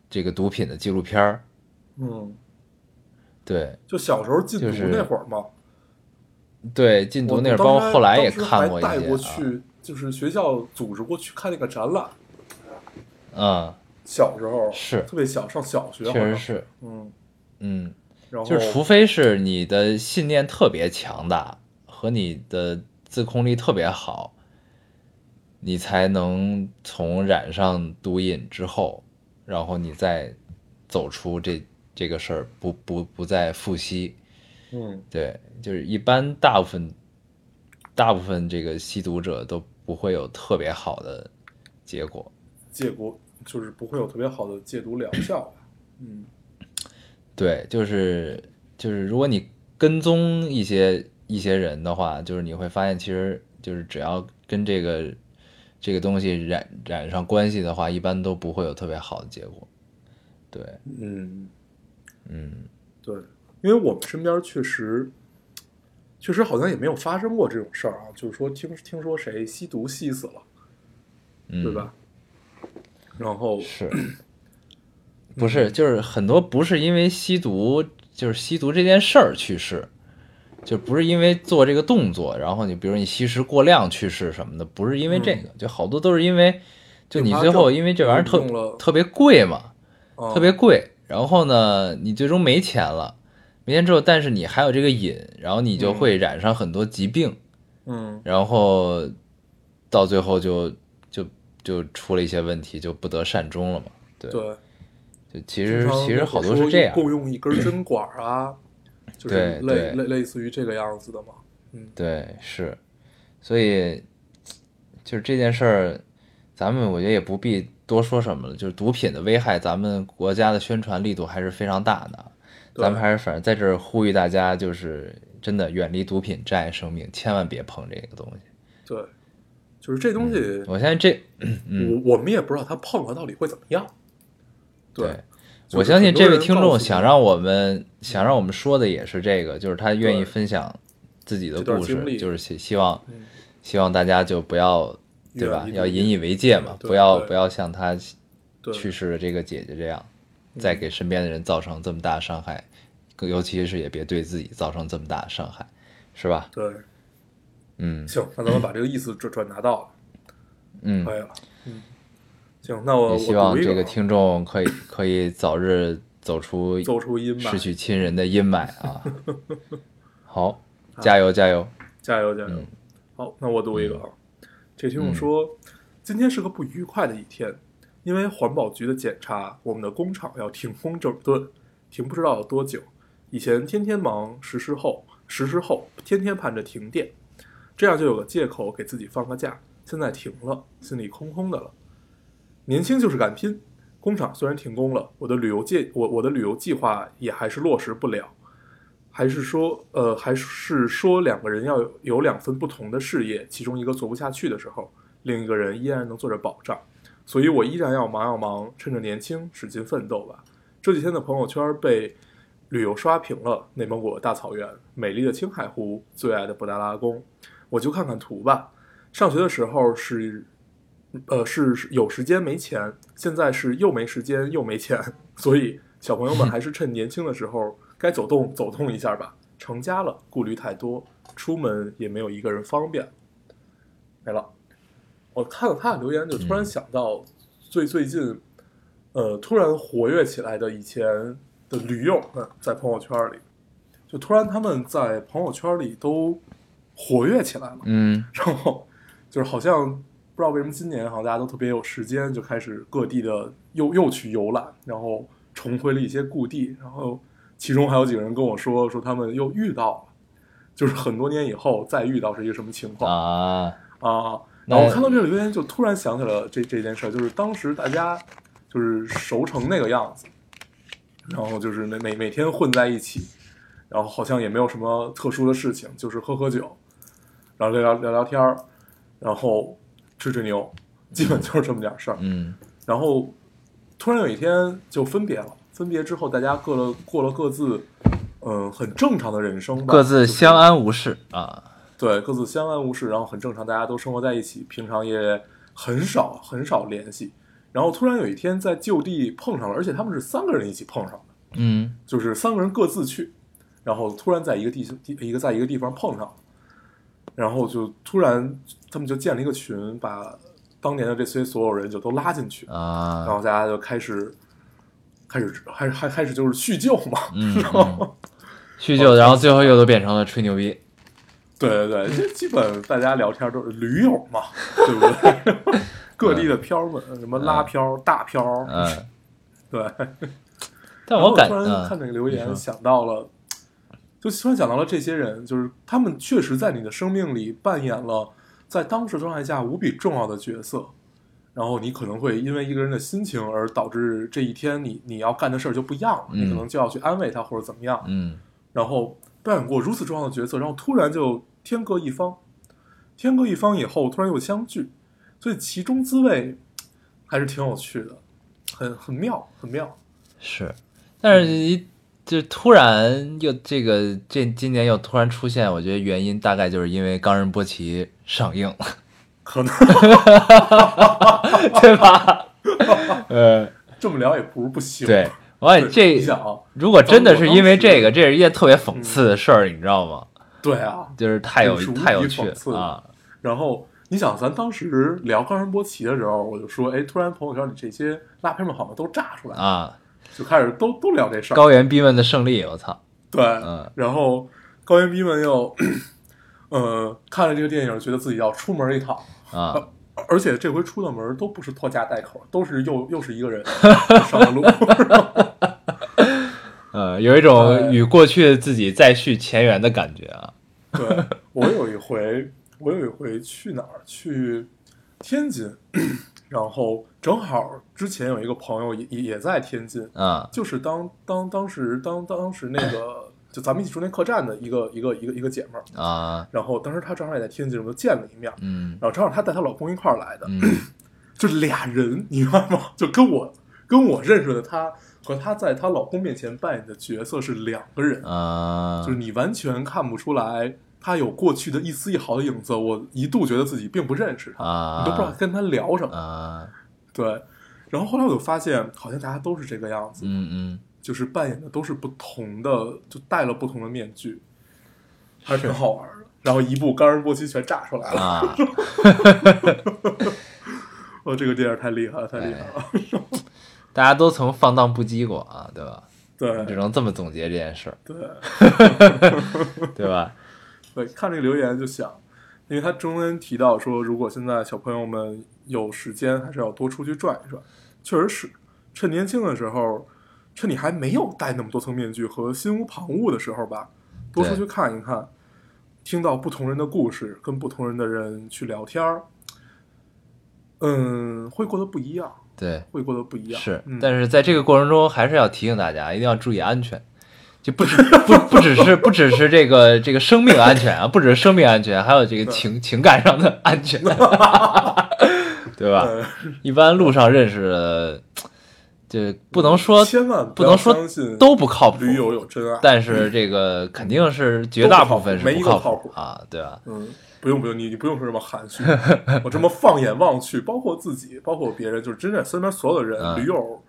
[SPEAKER 2] 这个毒品的纪录片儿，
[SPEAKER 1] 嗯，
[SPEAKER 2] 对
[SPEAKER 1] 就小时候禁毒
[SPEAKER 2] 就是
[SPEAKER 1] 那会儿嘛，
[SPEAKER 2] 对，禁毒
[SPEAKER 1] 我
[SPEAKER 2] 那会儿，
[SPEAKER 1] 当
[SPEAKER 2] 包括
[SPEAKER 1] 时还
[SPEAKER 2] 后来
[SPEAKER 1] 当
[SPEAKER 2] 也
[SPEAKER 1] 时
[SPEAKER 2] 看
[SPEAKER 1] 还
[SPEAKER 2] 过一
[SPEAKER 1] 带过
[SPEAKER 2] 些啊
[SPEAKER 1] 去，就是学校组织过去看那个展览，，
[SPEAKER 2] 嗯，
[SPEAKER 1] 小时候
[SPEAKER 2] 是
[SPEAKER 1] 特别小，上小学
[SPEAKER 2] 确
[SPEAKER 1] 好像
[SPEAKER 2] 实，是，
[SPEAKER 1] 嗯，
[SPEAKER 2] 嗯，
[SPEAKER 1] 然后
[SPEAKER 2] 就是除非是你的信念特别强大和你的自控力特别好，你才能从染上毒瘾之后，然后你再走出这这个事儿，不不不再复吸。
[SPEAKER 1] 嗯
[SPEAKER 2] 对，就是一般大部分大部分这个吸毒者都不会有特别好的结果。
[SPEAKER 1] 戒毒就是不会有特别好的戒毒疗效吧？嗯
[SPEAKER 2] 对，就是就是，如果你跟踪一些一些人的话，就是你会发现，其实就是只要跟这个这个东西染染上关系的话，一般都不会有特别好的结果。对，
[SPEAKER 1] 嗯，
[SPEAKER 2] 嗯，
[SPEAKER 1] 对，因为我们身边确实确实好像也没有发生过这种事儿啊，就是说听听说谁吸毒吸死了，
[SPEAKER 2] 嗯
[SPEAKER 1] 对？吧？然后
[SPEAKER 2] 是，不是？就是很多不是因为吸毒，就是吸毒这件事儿去世，就不是因为做这个动作，然后你比如你吸食过量去世什么的，不是因为这个，就好多都是因为，嗯就你
[SPEAKER 1] 并发
[SPEAKER 2] 最后
[SPEAKER 1] 症
[SPEAKER 2] 因为这玩意儿特
[SPEAKER 1] 用了
[SPEAKER 2] 特别贵嘛，
[SPEAKER 1] 啊
[SPEAKER 2] 特别贵，然后呢，你最终没钱了，没钱之后，但是你还有这个瘾，然后你就会染上很多疾病，
[SPEAKER 1] 嗯
[SPEAKER 2] 然后到最后就就就出了一些问题，就不得善终了嘛。对，
[SPEAKER 1] 对，
[SPEAKER 2] 就其
[SPEAKER 1] 经
[SPEAKER 2] 实
[SPEAKER 1] 常
[SPEAKER 2] 其
[SPEAKER 1] 如
[SPEAKER 2] 实
[SPEAKER 1] 果
[SPEAKER 2] 好多
[SPEAKER 1] 说
[SPEAKER 2] 是这样，
[SPEAKER 1] 共用一根针管
[SPEAKER 2] [LAUGHS]
[SPEAKER 1] 儿啊，就
[SPEAKER 2] 对
[SPEAKER 1] 是类
[SPEAKER 2] 对
[SPEAKER 1] 类类似于这个样子的嘛。嗯，
[SPEAKER 2] 对，是，所以就是这件事儿，咱们我觉得也不必多说什么了。就是毒品的危害，咱们国家的宣传力度还是非常大的。
[SPEAKER 1] 对
[SPEAKER 2] 咱们还是反正在这儿呼吁大家，就是真的远离毒品，珍爱生命，千万别碰这个东西。
[SPEAKER 1] 对，就是这东西，
[SPEAKER 2] 我相信这，嗯
[SPEAKER 1] 我我们也不知道它碰了到底会怎么样。对，就是
[SPEAKER 2] 我相信
[SPEAKER 1] 很多
[SPEAKER 2] 这位
[SPEAKER 1] 人
[SPEAKER 2] 听
[SPEAKER 1] 告诉
[SPEAKER 2] 众
[SPEAKER 1] 你
[SPEAKER 2] 想让我们想让我们说的也是这个，就是他愿意
[SPEAKER 1] 对
[SPEAKER 2] 分享自己的
[SPEAKER 1] 这段
[SPEAKER 2] 故
[SPEAKER 1] 经历
[SPEAKER 2] 事，就是希希望
[SPEAKER 1] 嗯
[SPEAKER 2] 希望大家就不要对吧
[SPEAKER 1] 远离，毒
[SPEAKER 2] 要
[SPEAKER 1] 品
[SPEAKER 2] 引以为戒嘛，
[SPEAKER 1] 对
[SPEAKER 2] 不要
[SPEAKER 1] 对
[SPEAKER 2] 不要像他
[SPEAKER 1] 对嗯
[SPEAKER 2] 去世的这个姐姐这样，再给身边的人造成这么大的伤害，更尤其是也别对自己造成这么大的伤害，是吧？
[SPEAKER 1] 对，
[SPEAKER 2] 嗯
[SPEAKER 1] 行，那咱们把这个意思转转达到了，
[SPEAKER 2] 嗯，
[SPEAKER 1] 可以了。嗯，行，那我
[SPEAKER 2] 也
[SPEAKER 1] 我
[SPEAKER 2] 希望
[SPEAKER 1] 读一
[SPEAKER 2] 这个
[SPEAKER 1] 个啊
[SPEAKER 2] 听众可以可以早日走出
[SPEAKER 1] 走出阴
[SPEAKER 2] 失
[SPEAKER 1] 霾，
[SPEAKER 2] 去亲人的阴霾
[SPEAKER 1] [LAUGHS]
[SPEAKER 2] 啊！好，加油加油！
[SPEAKER 1] 加油加油
[SPEAKER 2] 嗯！
[SPEAKER 1] 好，那我读一个啊。这听众说，今天是个不愉快的一天，因为环保局的检查，我们的工厂要停工整顿，停不知道有多久。以前天天忙，实施后实施后天天盼着停电，这样就有个借口给自己放个假。现在停了，心里空空的了。年轻就是敢拼。工厂虽然停工了，我的旅游计我我的旅游计划也还是落实不了。还是说，呃，还是说两个人要有有两份不同的事业，其中一个做不下去的时候，另一个人依然能做着保障。所以我依然要忙要忙，趁着年轻使劲奋斗吧。这几天的朋友圈被旅游刷屏了，内蒙古的大草原、美丽的青海湖、最爱的布达拉宫，我就看看图吧。上学的时候是，呃，是是有时间没钱，现在是又没时间又没钱，所以小朋友们还是趁年轻的时候该走动走动一下吧。成家了，顾虑太多，出门也没有一个人方便。没了。我看到他的留言，就突然想到最最近，呃，突然活跃起来的以前的驴友们在朋友圈里，就突然他们在朋友圈里都活跃起来了。
[SPEAKER 2] 嗯
[SPEAKER 1] 然后就是好像不知道为什么今年好像大家都特别有时间，就开始各地的又又去游览，然后重回了一些故地，然后其中还有几个人跟我说说他们又遇到了，就是很多年以后再遇到是一个什么情况
[SPEAKER 2] 啊，
[SPEAKER 1] 啊。
[SPEAKER 2] 那
[SPEAKER 1] 然后我看到这个留言，就突然想起了这这件事儿，就是当时大家就是熟成那个样子，然后就是每每每天混在一起，然后好像也没有什么特殊的事情，就是喝喝酒，然后聊聊聊聊天儿，然后吹吹牛，基本就是这么点儿事儿。
[SPEAKER 2] 嗯
[SPEAKER 1] 然后突然有一天就分别了，分别之后大家各了过了各自，嗯、很正常的人生吧，
[SPEAKER 2] 各自
[SPEAKER 1] 就是
[SPEAKER 2] 相安无事啊，
[SPEAKER 1] 对，各自相安无事，然后很正常，大家都生活在一起，平常也很少很少联系。然后突然有一天在就地碰上了，而且他们是三个人一起碰上的，
[SPEAKER 2] 嗯
[SPEAKER 1] 就是三个人各自去，然后突然在一个地地一个在一个地方碰上了，然后就突然他们就建了一个群，把当年的这些所有人就都拉进去，然
[SPEAKER 2] 啊，
[SPEAKER 1] 后大家就开始开始还还开始
[SPEAKER 2] 嗯
[SPEAKER 1] 就是叙旧嘛， [LAUGHS]
[SPEAKER 2] 嗯，嗯叙旧，然后最后又都变成了吹牛逼，
[SPEAKER 1] 对 [LAUGHS] 对对，这基本大家聊天都是驴友嘛， [LAUGHS] 对不对？各地的漂们，什么拉漂、大漂， [LAUGHS]
[SPEAKER 2] 嗯，
[SPEAKER 1] 对。
[SPEAKER 2] 但我感
[SPEAKER 1] 然后突然
[SPEAKER 2] 嗯
[SPEAKER 1] 看这个留
[SPEAKER 2] 你说
[SPEAKER 1] 言，想到了，就突然想到了这些人，就是他们确实在你的生命里扮演了在当时状态下无比重要的角色。然后你可能会因为一个人的心情而导致这一天你你要干的事儿就不一样了，你可
[SPEAKER 2] 嗯
[SPEAKER 1] 能就要去安慰他或者怎么样。
[SPEAKER 2] 嗯
[SPEAKER 1] 然后扮演过如此重要的角色，然后突然就天各一方，天各一方以后突然又相聚，所以其中滋味还是挺有趣的，很很妙，很妙。
[SPEAKER 2] 是，但是一就突然又这个这今年又突然出现，我觉得原因大概就是因为《冈仁波齐》上映了， [LAUGHS]
[SPEAKER 1] 可能
[SPEAKER 2] 对
[SPEAKER 1] [LAUGHS]
[SPEAKER 2] 吧？呃，
[SPEAKER 1] 这么聊也不是不行。
[SPEAKER 2] 对，我感觉
[SPEAKER 1] 你
[SPEAKER 2] 这
[SPEAKER 1] 想啊，
[SPEAKER 2] 如果真的是因为这
[SPEAKER 1] 当时
[SPEAKER 2] 个，这是一件特别讽
[SPEAKER 1] 嗯
[SPEAKER 2] 刺的事儿，你知道吗？
[SPEAKER 1] 对啊，
[SPEAKER 2] 就是太有
[SPEAKER 1] 这是无比
[SPEAKER 2] 太有趣
[SPEAKER 1] 讽刺的
[SPEAKER 2] 啊！
[SPEAKER 1] 然后你想，咱当时聊冈仁波齐的时候，我就说，哎，突然朋友圈里这些拉片们好像都炸出来了，
[SPEAKER 2] 啊，
[SPEAKER 1] 就开始都都聊这事儿。
[SPEAKER 2] 高原逼问的胜利，我操，
[SPEAKER 1] 对，
[SPEAKER 2] 嗯
[SPEAKER 1] 然后高原逼们又， [COUGHS] 呃，看了这个电影，觉得自己要出门一趟，哦
[SPEAKER 2] 啊，
[SPEAKER 1] 而且这回出的门都不是拖家带口，都是又又是一个人上了路，
[SPEAKER 2] 呃，有一种与过去的自己再续前缘的感觉啊。
[SPEAKER 1] 对我有一回，我有一回去哪儿？去天津，然后正好之前有一个朋友也也也在天津，
[SPEAKER 2] 啊，
[SPEAKER 1] 就是当当当时当当时那个就咱们一起住那客栈的一个一个一个一个姐们儿，
[SPEAKER 2] 啊，
[SPEAKER 1] 然后当时她正好也在天津，我们就见了一面，
[SPEAKER 2] 嗯
[SPEAKER 1] 然后正好她带她老公一块儿来的，
[SPEAKER 2] 嗯
[SPEAKER 1] [CLEARS THROAT] 就俩人，你明白吗？就跟我跟我认识的她和她在她老公面前扮演的角色是两个人，
[SPEAKER 2] 啊，
[SPEAKER 1] 就是你完全看不出来他有过去的一丝一毫的影子。我一度觉得自己并不认识他，
[SPEAKER 2] 啊，
[SPEAKER 1] 你都不知道跟他聊什么。
[SPEAKER 2] 啊，
[SPEAKER 1] 对，然后后来我就发现，好像大家都是这个样子，
[SPEAKER 2] 嗯嗯，
[SPEAKER 1] 就是扮演的都是不同的，就戴了不同的面具，还是挺好玩的。然后一部《冈仁波齐》全炸出来了，
[SPEAKER 2] 啊，
[SPEAKER 1] 哦，这个电影太厉害了，太厉害
[SPEAKER 2] 哎
[SPEAKER 1] 了。
[SPEAKER 2] 大家都曾放荡不羁过啊，对吧？只
[SPEAKER 1] [LAUGHS] 对
[SPEAKER 2] 能这么总结这件事儿，
[SPEAKER 1] 对
[SPEAKER 2] [LAUGHS] 对吧？
[SPEAKER 1] 对，看这个留言就想，因为他中间提到说，如果现在小朋友们有时间，还是要多出去转一转。确实是，趁年轻的时候，趁你还没有戴那么多层面具和心无旁骛的时候吧，多出
[SPEAKER 2] 对
[SPEAKER 1] 去看一看，听到不同人的故事，跟不同人的人去聊天儿，嗯，会过得不一样，
[SPEAKER 2] 对，
[SPEAKER 1] 会过得不一样。
[SPEAKER 2] 是
[SPEAKER 1] 嗯、，
[SPEAKER 2] 但是在这个过程中，还是要提醒大家，一定要注意安全。就不
[SPEAKER 1] [LAUGHS]
[SPEAKER 2] 只不不只是不只是这个这个生命安全啊，不只是生命安全，还有这个情情感上的安
[SPEAKER 1] [LAUGHS]
[SPEAKER 2] 全，对吧？
[SPEAKER 1] 呃，
[SPEAKER 2] 一般路上认识的，就不能说
[SPEAKER 1] 千万
[SPEAKER 2] 不
[SPEAKER 1] 要
[SPEAKER 2] 能说
[SPEAKER 1] 相信
[SPEAKER 2] 都不靠谱，
[SPEAKER 1] 驴友有真爱。
[SPEAKER 2] 但是这个肯定是绝大部分是
[SPEAKER 1] 都不
[SPEAKER 2] 不
[SPEAKER 1] 靠
[SPEAKER 2] 靠
[SPEAKER 1] 谱没一个靠谱
[SPEAKER 2] 啊，对吧？
[SPEAKER 1] 嗯，不用不用，你你不用说这么含蓄。 [LAUGHS] 我这么放眼望去，包括自己，包括别人，就是真的身边所有的人，
[SPEAKER 2] 嗯
[SPEAKER 1] 驴友，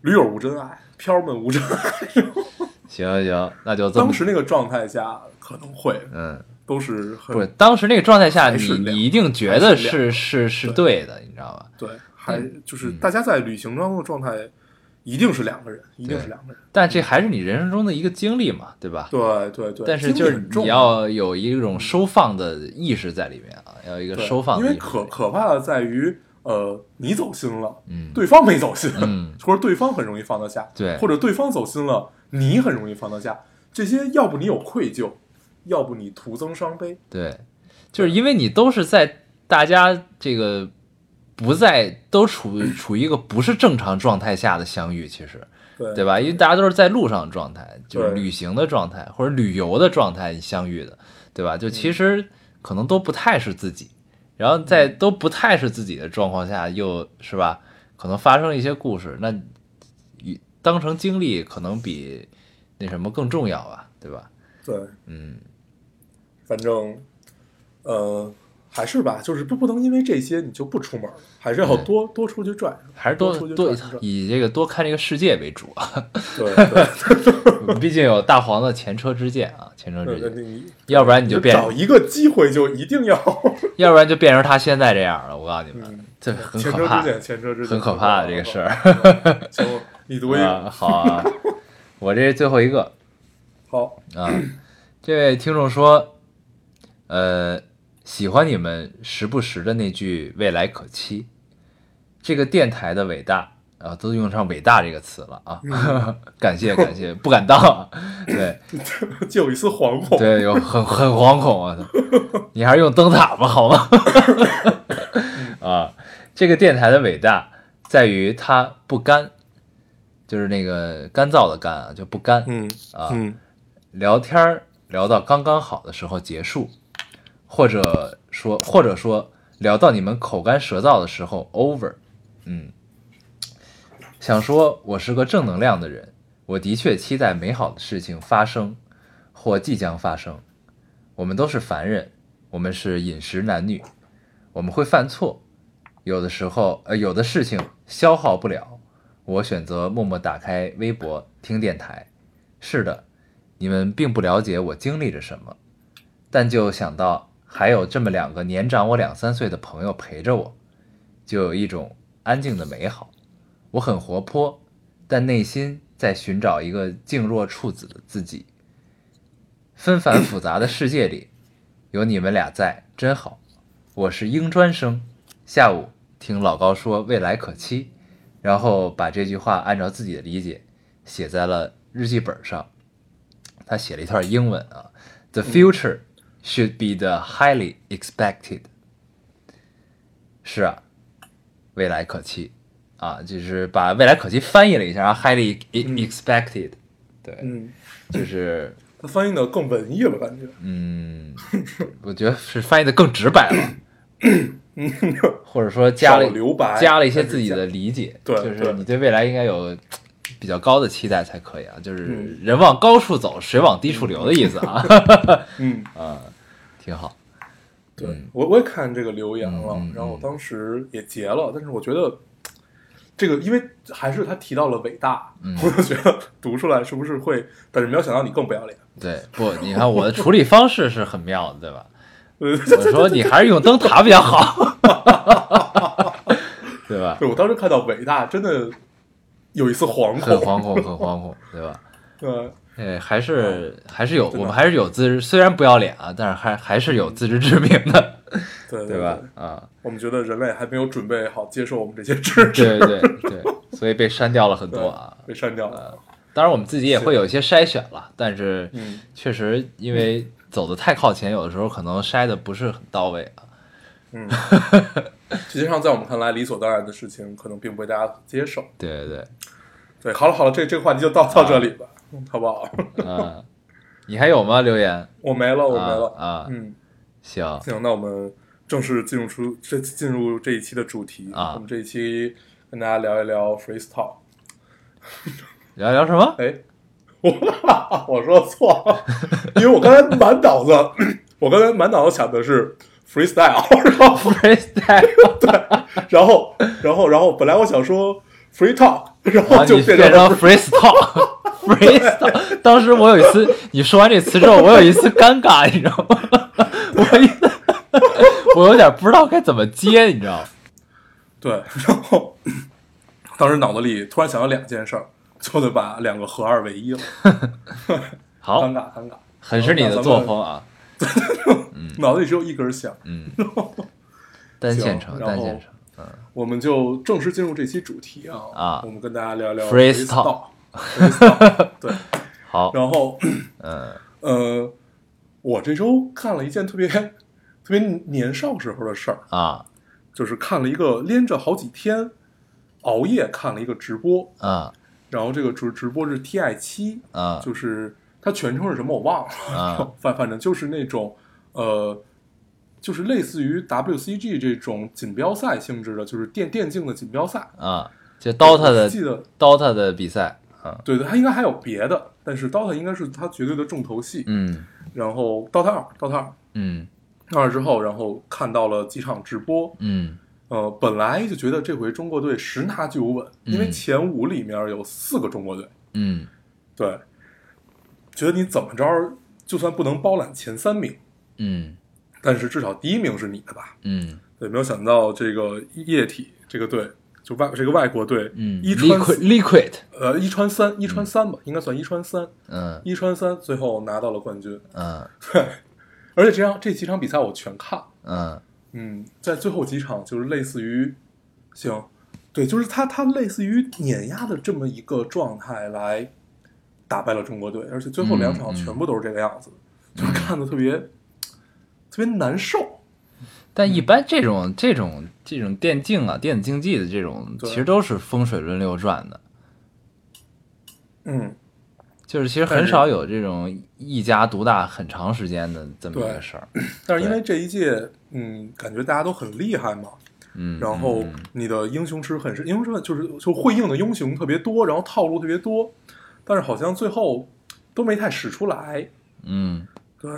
[SPEAKER 1] 驴友无真爱，飘儿们无真爱。
[SPEAKER 2] 行行，那就这么
[SPEAKER 1] 当时那个状态下，可能会
[SPEAKER 2] 嗯，
[SPEAKER 1] 都是很
[SPEAKER 2] 不是当时那个状态下，
[SPEAKER 1] 还
[SPEAKER 2] 你
[SPEAKER 1] 是亮
[SPEAKER 2] 你一定觉得
[SPEAKER 1] 还是
[SPEAKER 2] 是是是对的，你知道吧？
[SPEAKER 1] 对，还就是
[SPEAKER 2] 嗯
[SPEAKER 1] 大家在旅行当中的状态，一定是两个人，一定是两个人。
[SPEAKER 2] 但这还是你人生中的一个经历嘛，对吧？
[SPEAKER 1] 对对对，
[SPEAKER 2] 但是就
[SPEAKER 1] 精力
[SPEAKER 2] 是
[SPEAKER 1] 很重
[SPEAKER 2] 你要有一种收放的意识在里面啊，要有一个
[SPEAKER 1] 对
[SPEAKER 2] 收放
[SPEAKER 1] 因
[SPEAKER 2] 的
[SPEAKER 1] 为
[SPEAKER 2] 意识在
[SPEAKER 1] 可
[SPEAKER 2] 里面。
[SPEAKER 1] 可怕的在于，呃，你走心了，
[SPEAKER 2] 嗯，
[SPEAKER 1] 对方没走心，
[SPEAKER 2] 嗯
[SPEAKER 1] 或者对方很容易放得下，
[SPEAKER 2] 对
[SPEAKER 1] 或者对方走心了，你很容易放得下。这些要不你有愧疚，要不你徒增伤悲。
[SPEAKER 2] 对，就是因为你都是在大家这个不在都处处于一个不是正常状态下的相遇，其实
[SPEAKER 1] 对
[SPEAKER 2] 对吧？因为大家都是在路上的状态，就是
[SPEAKER 1] 对
[SPEAKER 2] 旅行的状态或者旅游的状态相遇的，对吧？就
[SPEAKER 1] 嗯
[SPEAKER 2] 其实可能都不太是自己，然后在
[SPEAKER 1] 嗯
[SPEAKER 2] 都不太是自己的状况下，又是吧？可能发生一些故事，那与当成经历可能比那什么更重要吧，对吧？
[SPEAKER 1] 对，
[SPEAKER 2] 嗯，
[SPEAKER 1] 反正，呃，还是吧，就是不不能因为这些你就不出门了，还是要
[SPEAKER 2] 对
[SPEAKER 1] 多多出去转一转，
[SPEAKER 2] 还是
[SPEAKER 1] 多
[SPEAKER 2] 多
[SPEAKER 1] 出去
[SPEAKER 2] 多
[SPEAKER 1] 转一转。
[SPEAKER 2] 以这个多看这个世界为主啊， [LAUGHS]
[SPEAKER 1] 对对
[SPEAKER 2] 毕竟有大黄的前车之鉴啊，前车
[SPEAKER 1] 对
[SPEAKER 2] 之
[SPEAKER 1] 对，
[SPEAKER 2] 鉴，
[SPEAKER 1] 你你
[SPEAKER 2] 要不然你就
[SPEAKER 1] 就
[SPEAKER 2] 变，
[SPEAKER 1] 找一个机会就一定要，
[SPEAKER 2] 要不然就变成他现在这样了。我告诉你们
[SPEAKER 1] 嗯，
[SPEAKER 2] 这很
[SPEAKER 1] [LAUGHS] 前
[SPEAKER 2] 可
[SPEAKER 1] 车
[SPEAKER 2] 怕
[SPEAKER 1] 之，鉴，前车之鉴，
[SPEAKER 2] 很可怕的这个事儿。 [LAUGHS]
[SPEAKER 1] 儿。行，你读一个，
[SPEAKER 2] 啊，好 [LAUGHS] 啊，我这是最后一个
[SPEAKER 1] 好， [LAUGHS]
[SPEAKER 2] [CLEARS THROAT] 啊。这位听众说，呃，喜欢你们时不时的那句“未来可期”，这个电台的伟大啊、都用上“伟大”这个词了啊！ [LAUGHS] 感谢感谢，不敢当啊！对
[SPEAKER 1] 就有一丝惶恐。
[SPEAKER 2] 对，有很很惶恐啊！ [LAUGHS] 你还是用灯塔吧，好吗？啊，这个电台的伟大在于它不干，就是那个干燥的干啊，就不干。
[SPEAKER 1] 嗯
[SPEAKER 2] 啊
[SPEAKER 1] 嗯
[SPEAKER 2] 聊天儿聊到刚刚好的时候结束，或者说或者说聊到你们口干舌燥的时候 over。嗯，想说我是个正能量的人，我的确期待美好的事情发生或即将发生。我们都是凡人，我们是饮食男女，我们会犯错，有的时候呃有的事情消耗不了。我选择默默打开微博听电台。是的，你们并不了解我经历着什么，但就想到还有这么两个年长我两三岁的朋友陪着我，就有一种安静的美好。我很活泼，但内心在寻找一个静若处子的自己。纷繁复杂的世界里，有你们俩在真好。我是英专生，下午听老高说未来可期，然后把这句话按照自己的理解写在了日记本上。他写了一段英文啊，The future should be the highly expected。是啊，未来可期啊，就是把未来可期翻译了一下啊，highly e- expected，、对，
[SPEAKER 1] 嗯，
[SPEAKER 2] 就是
[SPEAKER 1] 他翻译的更文艺了，感觉。
[SPEAKER 2] 嗯，我觉得是翻译的更直白了，或者说加了
[SPEAKER 1] 少留白
[SPEAKER 2] 加了一些自己的理解，
[SPEAKER 1] 但是
[SPEAKER 2] 就
[SPEAKER 1] 加
[SPEAKER 2] 是
[SPEAKER 1] 对
[SPEAKER 2] 你对未来应该有比较高的期待才可以啊，就是
[SPEAKER 1] 嗯
[SPEAKER 2] 人往高处走，水往低处流的意思啊， [LAUGHS]
[SPEAKER 1] 嗯，
[SPEAKER 2] 啊，挺好，
[SPEAKER 1] 对
[SPEAKER 2] 嗯
[SPEAKER 1] 我我也看这个留言了
[SPEAKER 2] 嗯嗯嗯，
[SPEAKER 1] 然后我当时也截了，但是我觉得这个，因为还是他提到了伟大，
[SPEAKER 2] 嗯
[SPEAKER 1] [LAUGHS] 我就觉得读出来是不是会，但是没有想到你更不要脸。 [LAUGHS]
[SPEAKER 2] 对，不，你看我的处理方式是很妙的，对
[SPEAKER 1] [LAUGHS]
[SPEAKER 2] 吧？
[SPEAKER 1] 呃，
[SPEAKER 2] 我说你还是用灯塔比较好，
[SPEAKER 1] [LAUGHS]
[SPEAKER 2] 对吧？
[SPEAKER 1] 对我当时看到伟大，真的有一丝惶
[SPEAKER 2] 很
[SPEAKER 1] 恐。
[SPEAKER 2] 惶恐，很惶恐，对吧？
[SPEAKER 1] 对，
[SPEAKER 2] 哎，还是还是有，
[SPEAKER 1] 真的
[SPEAKER 2] 我们还是有自知，虽然不要脸啊，但是还还是有自知之明的，
[SPEAKER 1] 对
[SPEAKER 2] 对吧？？啊，
[SPEAKER 1] 我们觉得人类还没有准备好接受我们这些知识，
[SPEAKER 2] 对对对，所以被删掉了很多啊。
[SPEAKER 1] [LAUGHS] 被删掉了。
[SPEAKER 2] 当然，我们自己也会有一些筛选了，但是
[SPEAKER 1] 嗯
[SPEAKER 2] 确实因为走的太靠前，有的时候可能筛的不是很到位啊。
[SPEAKER 1] 嗯，实际上在我们看来理所当然的事情，可能并不被大家接受。
[SPEAKER 2] 对对
[SPEAKER 1] 对，好了好了，这这个话题就到到
[SPEAKER 2] 啊
[SPEAKER 1] 这里吧，好不好？ [LAUGHS]
[SPEAKER 2] 对，嗯， [LAUGHS] 你还有吗？留言？
[SPEAKER 1] 我没了，我没了
[SPEAKER 2] 啊啊
[SPEAKER 1] 嗯，
[SPEAKER 2] 行，
[SPEAKER 1] 行，那我们正式进入出这进入这一期的主题
[SPEAKER 2] 啊
[SPEAKER 1] 我们这一期跟大家聊一聊 freestyle。
[SPEAKER 2] 聊聊什么？ [LAUGHS]
[SPEAKER 1] 哎，我我说错了，因为我刚才满脑子， [CLEARS THROAT] 我刚才满脑子想的是 freestyle，然 [LAUGHS] 后
[SPEAKER 2] Oh,
[SPEAKER 1] [LAUGHS]
[SPEAKER 2] freestyle，
[SPEAKER 1] 然后然后然后本来我想说 free talk，然
[SPEAKER 2] 然后
[SPEAKER 1] 后就
[SPEAKER 2] 啊你
[SPEAKER 1] 变
[SPEAKER 2] 变
[SPEAKER 1] 成
[SPEAKER 2] 成
[SPEAKER 1] 了
[SPEAKER 2] [LAUGHS] freestyle，freestyle。当时我有一次，你说完这词之后，我有一丝尴尬，你知道吗？ [LAUGHS] 我一 [LAUGHS] 我有点不知道该怎么接，你知道吗？
[SPEAKER 1] 对，然后当时脑子里突然想到两件事儿，就得把两个合二为一了，
[SPEAKER 2] 好
[SPEAKER 1] 尴，尬尴尬，
[SPEAKER 2] 很是你的作风啊，
[SPEAKER 1] 脑子里只有一根弦。
[SPEAKER 2] 嗯，单线程，
[SPEAKER 1] 行然
[SPEAKER 2] 单
[SPEAKER 1] 后
[SPEAKER 2] 线程，
[SPEAKER 1] 我们就正式进入这期主题啊！
[SPEAKER 2] 啊
[SPEAKER 1] 我们跟大家聊聊
[SPEAKER 2] Freestyle [LAUGHS]
[SPEAKER 1] freestyle，freestyle，对，
[SPEAKER 2] 好，
[SPEAKER 1] 然后
[SPEAKER 2] 嗯，
[SPEAKER 1] 呃，我这周干了一件特别 [LAUGHS] 特别年少时候的事儿，
[SPEAKER 2] 啊，
[SPEAKER 1] 就是看了一个连着好几天熬夜看了一个直播，
[SPEAKER 2] 嗯，
[SPEAKER 1] 然后这个直直播是 TI 七，
[SPEAKER 2] 嗯，
[SPEAKER 1] 就是它全称是什么我忘
[SPEAKER 2] 啊
[SPEAKER 1] 了， [LAUGHS] 反、反正就是那种呃，就是类似于 WCG 这种锦标赛性质的，就是电电竞的锦标赛。
[SPEAKER 2] 啊，就 DOTA
[SPEAKER 1] 我记
[SPEAKER 2] 的
[SPEAKER 1] 得
[SPEAKER 2] DOTA 的比赛，嗯
[SPEAKER 1] 对对，它应该还有别的，但是 DOTA 应该是它绝对的重头戏。
[SPEAKER 2] 嗯
[SPEAKER 1] 然后 DOTA 二，DOTA 二，
[SPEAKER 2] 嗯
[SPEAKER 1] 那儿之后，然后看到了几场直播，
[SPEAKER 2] 嗯
[SPEAKER 1] 呃，本来就觉得这回中国队十拿九稳，
[SPEAKER 2] 嗯
[SPEAKER 1] 因为前五里面有四个中国队，
[SPEAKER 2] 嗯
[SPEAKER 1] 对，觉得你怎么着，就算不能包揽前三名，
[SPEAKER 2] 嗯
[SPEAKER 1] 但是至少第一名是你的吧？
[SPEAKER 2] 嗯
[SPEAKER 1] 对，没有想到这个液体这个队，就外这个外国队，
[SPEAKER 2] 嗯
[SPEAKER 1] 一穿
[SPEAKER 2] ，liquid liquid，
[SPEAKER 1] 呃一穿三，一穿三吧，应该算一穿三，
[SPEAKER 2] 嗯
[SPEAKER 1] 一穿三，最后拿到了冠军。
[SPEAKER 2] 嗯。
[SPEAKER 1] 对， [LAUGHS] 而且这场这几场比赛我全看，
[SPEAKER 2] 嗯
[SPEAKER 1] 嗯，在最后几场就是类似于，行，对，就是他他类似于碾压的这么一个状态来打败了中国队，而且最后两
[SPEAKER 2] 嗯
[SPEAKER 1] 场
[SPEAKER 2] 嗯嗯
[SPEAKER 1] 全部都是这个样子，就是看的特别特别难受。
[SPEAKER 2] 但一般这种这种这种电竞啊、电子竞技的这种，
[SPEAKER 1] 对
[SPEAKER 2] 其实都是风水轮流转的，
[SPEAKER 1] 嗯，
[SPEAKER 2] 就是其实很少有这种一家独大很长时间的这么一个事儿。
[SPEAKER 1] 但是因为这一届，嗯，感觉大家都很厉害嘛，
[SPEAKER 2] 嗯，
[SPEAKER 1] 然后
[SPEAKER 2] 嗯
[SPEAKER 1] 你的英雄池很深，英雄池就是就会应的英雄特别多，然后套路特别多，但是好像最后都没太使出来。
[SPEAKER 2] 嗯，
[SPEAKER 1] 对，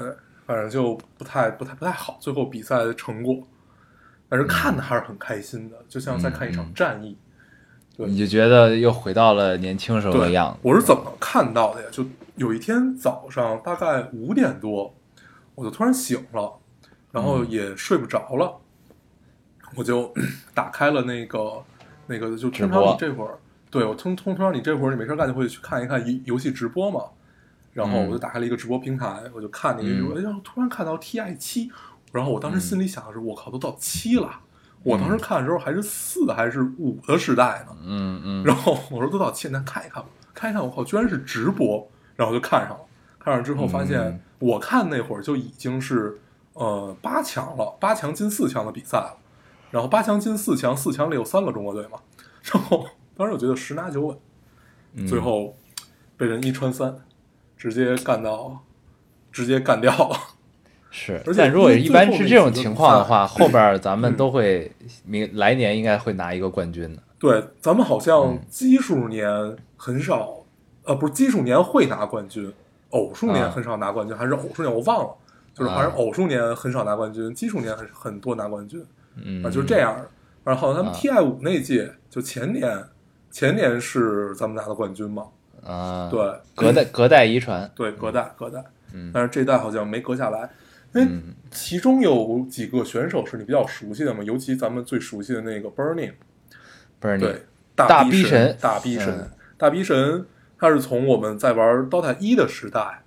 [SPEAKER 1] 反正就不太不太不太好，最后比赛的成果，但
[SPEAKER 2] 嗯
[SPEAKER 1] 是看的还是很开心的，就像在看一场战役。对
[SPEAKER 2] 你就觉得又回到了年轻时候的
[SPEAKER 1] 对
[SPEAKER 2] 样子，。
[SPEAKER 1] 我是怎么看到的呀？就有一天早上大概五点多，我就突然醒了，然
[SPEAKER 2] 嗯
[SPEAKER 1] 后也睡不着了，我就打开了那个那个，就
[SPEAKER 2] 直
[SPEAKER 1] 通
[SPEAKER 2] 播
[SPEAKER 1] 常你这会儿，对我通通常你这会儿你没事干就会去看一看游游戏直播嘛，然后
[SPEAKER 2] 嗯
[SPEAKER 1] 我就打开了一个直播平台，我就看那个直播，哎然后突然看到 TI 七，然后我当时
[SPEAKER 2] 嗯
[SPEAKER 1] 心里想的是，我靠，都到七了。我当时看的时候还是四还是五的时代呢，
[SPEAKER 2] 嗯嗯，
[SPEAKER 1] 然后我说都到现在看一看吧，看一看，我靠，居然是直播，然后就看上了。看上之后发现，
[SPEAKER 2] 嗯
[SPEAKER 1] 我看那会儿就已经是呃八强了，八强进四强的比赛了。然后八强进四强，四强里有三个中国队嘛。然后当时我觉得十拿九稳，
[SPEAKER 2] 嗯
[SPEAKER 1] 最后被人一穿三，直接干到，直接干掉 [LAUGHS] 了。
[SPEAKER 2] 是
[SPEAKER 1] 而，且
[SPEAKER 2] 但如果
[SPEAKER 1] 因为
[SPEAKER 2] 一般
[SPEAKER 1] 最后
[SPEAKER 2] 是
[SPEAKER 1] 那
[SPEAKER 2] 这种
[SPEAKER 1] 几个
[SPEAKER 2] 情
[SPEAKER 1] 比
[SPEAKER 2] 况的
[SPEAKER 1] 赛 [LAUGHS]
[SPEAKER 2] 话，后边儿咱们
[SPEAKER 1] 嗯
[SPEAKER 2] 都会明来年应该会拿一个冠军的。
[SPEAKER 1] 对，咱们好像
[SPEAKER 2] 嗯
[SPEAKER 1] 奇数年很少，呃，不是奇数年会拿冠军，偶数
[SPEAKER 2] 啊
[SPEAKER 1] 年很少拿冠军，还是偶数年我忘了，就是还是
[SPEAKER 2] 啊
[SPEAKER 1] 偶数年很少拿冠军，奇数年很很多拿冠军
[SPEAKER 2] 嗯，
[SPEAKER 1] 啊，就是这。样的。然后好像他们
[SPEAKER 2] 啊
[SPEAKER 1] TI 五那届，就前年，前年是咱们拿的冠军嘛，
[SPEAKER 2] 啊，，
[SPEAKER 1] 对，
[SPEAKER 2] 隔代隔代遗传。
[SPEAKER 1] 对隔代隔代，
[SPEAKER 2] 嗯
[SPEAKER 1] 但是这代好像没隔下来，因为
[SPEAKER 2] 嗯
[SPEAKER 1] 其中有几个选手是你比较熟悉的嘛，尤其咱们最熟悉的那个 Burning。
[SPEAKER 2] 不是你，
[SPEAKER 1] 对，大
[SPEAKER 2] 大逼神
[SPEAKER 1] 大逼
[SPEAKER 2] 嗯
[SPEAKER 1] 神，大逼神，他是从我们在玩 DOTA 一的时代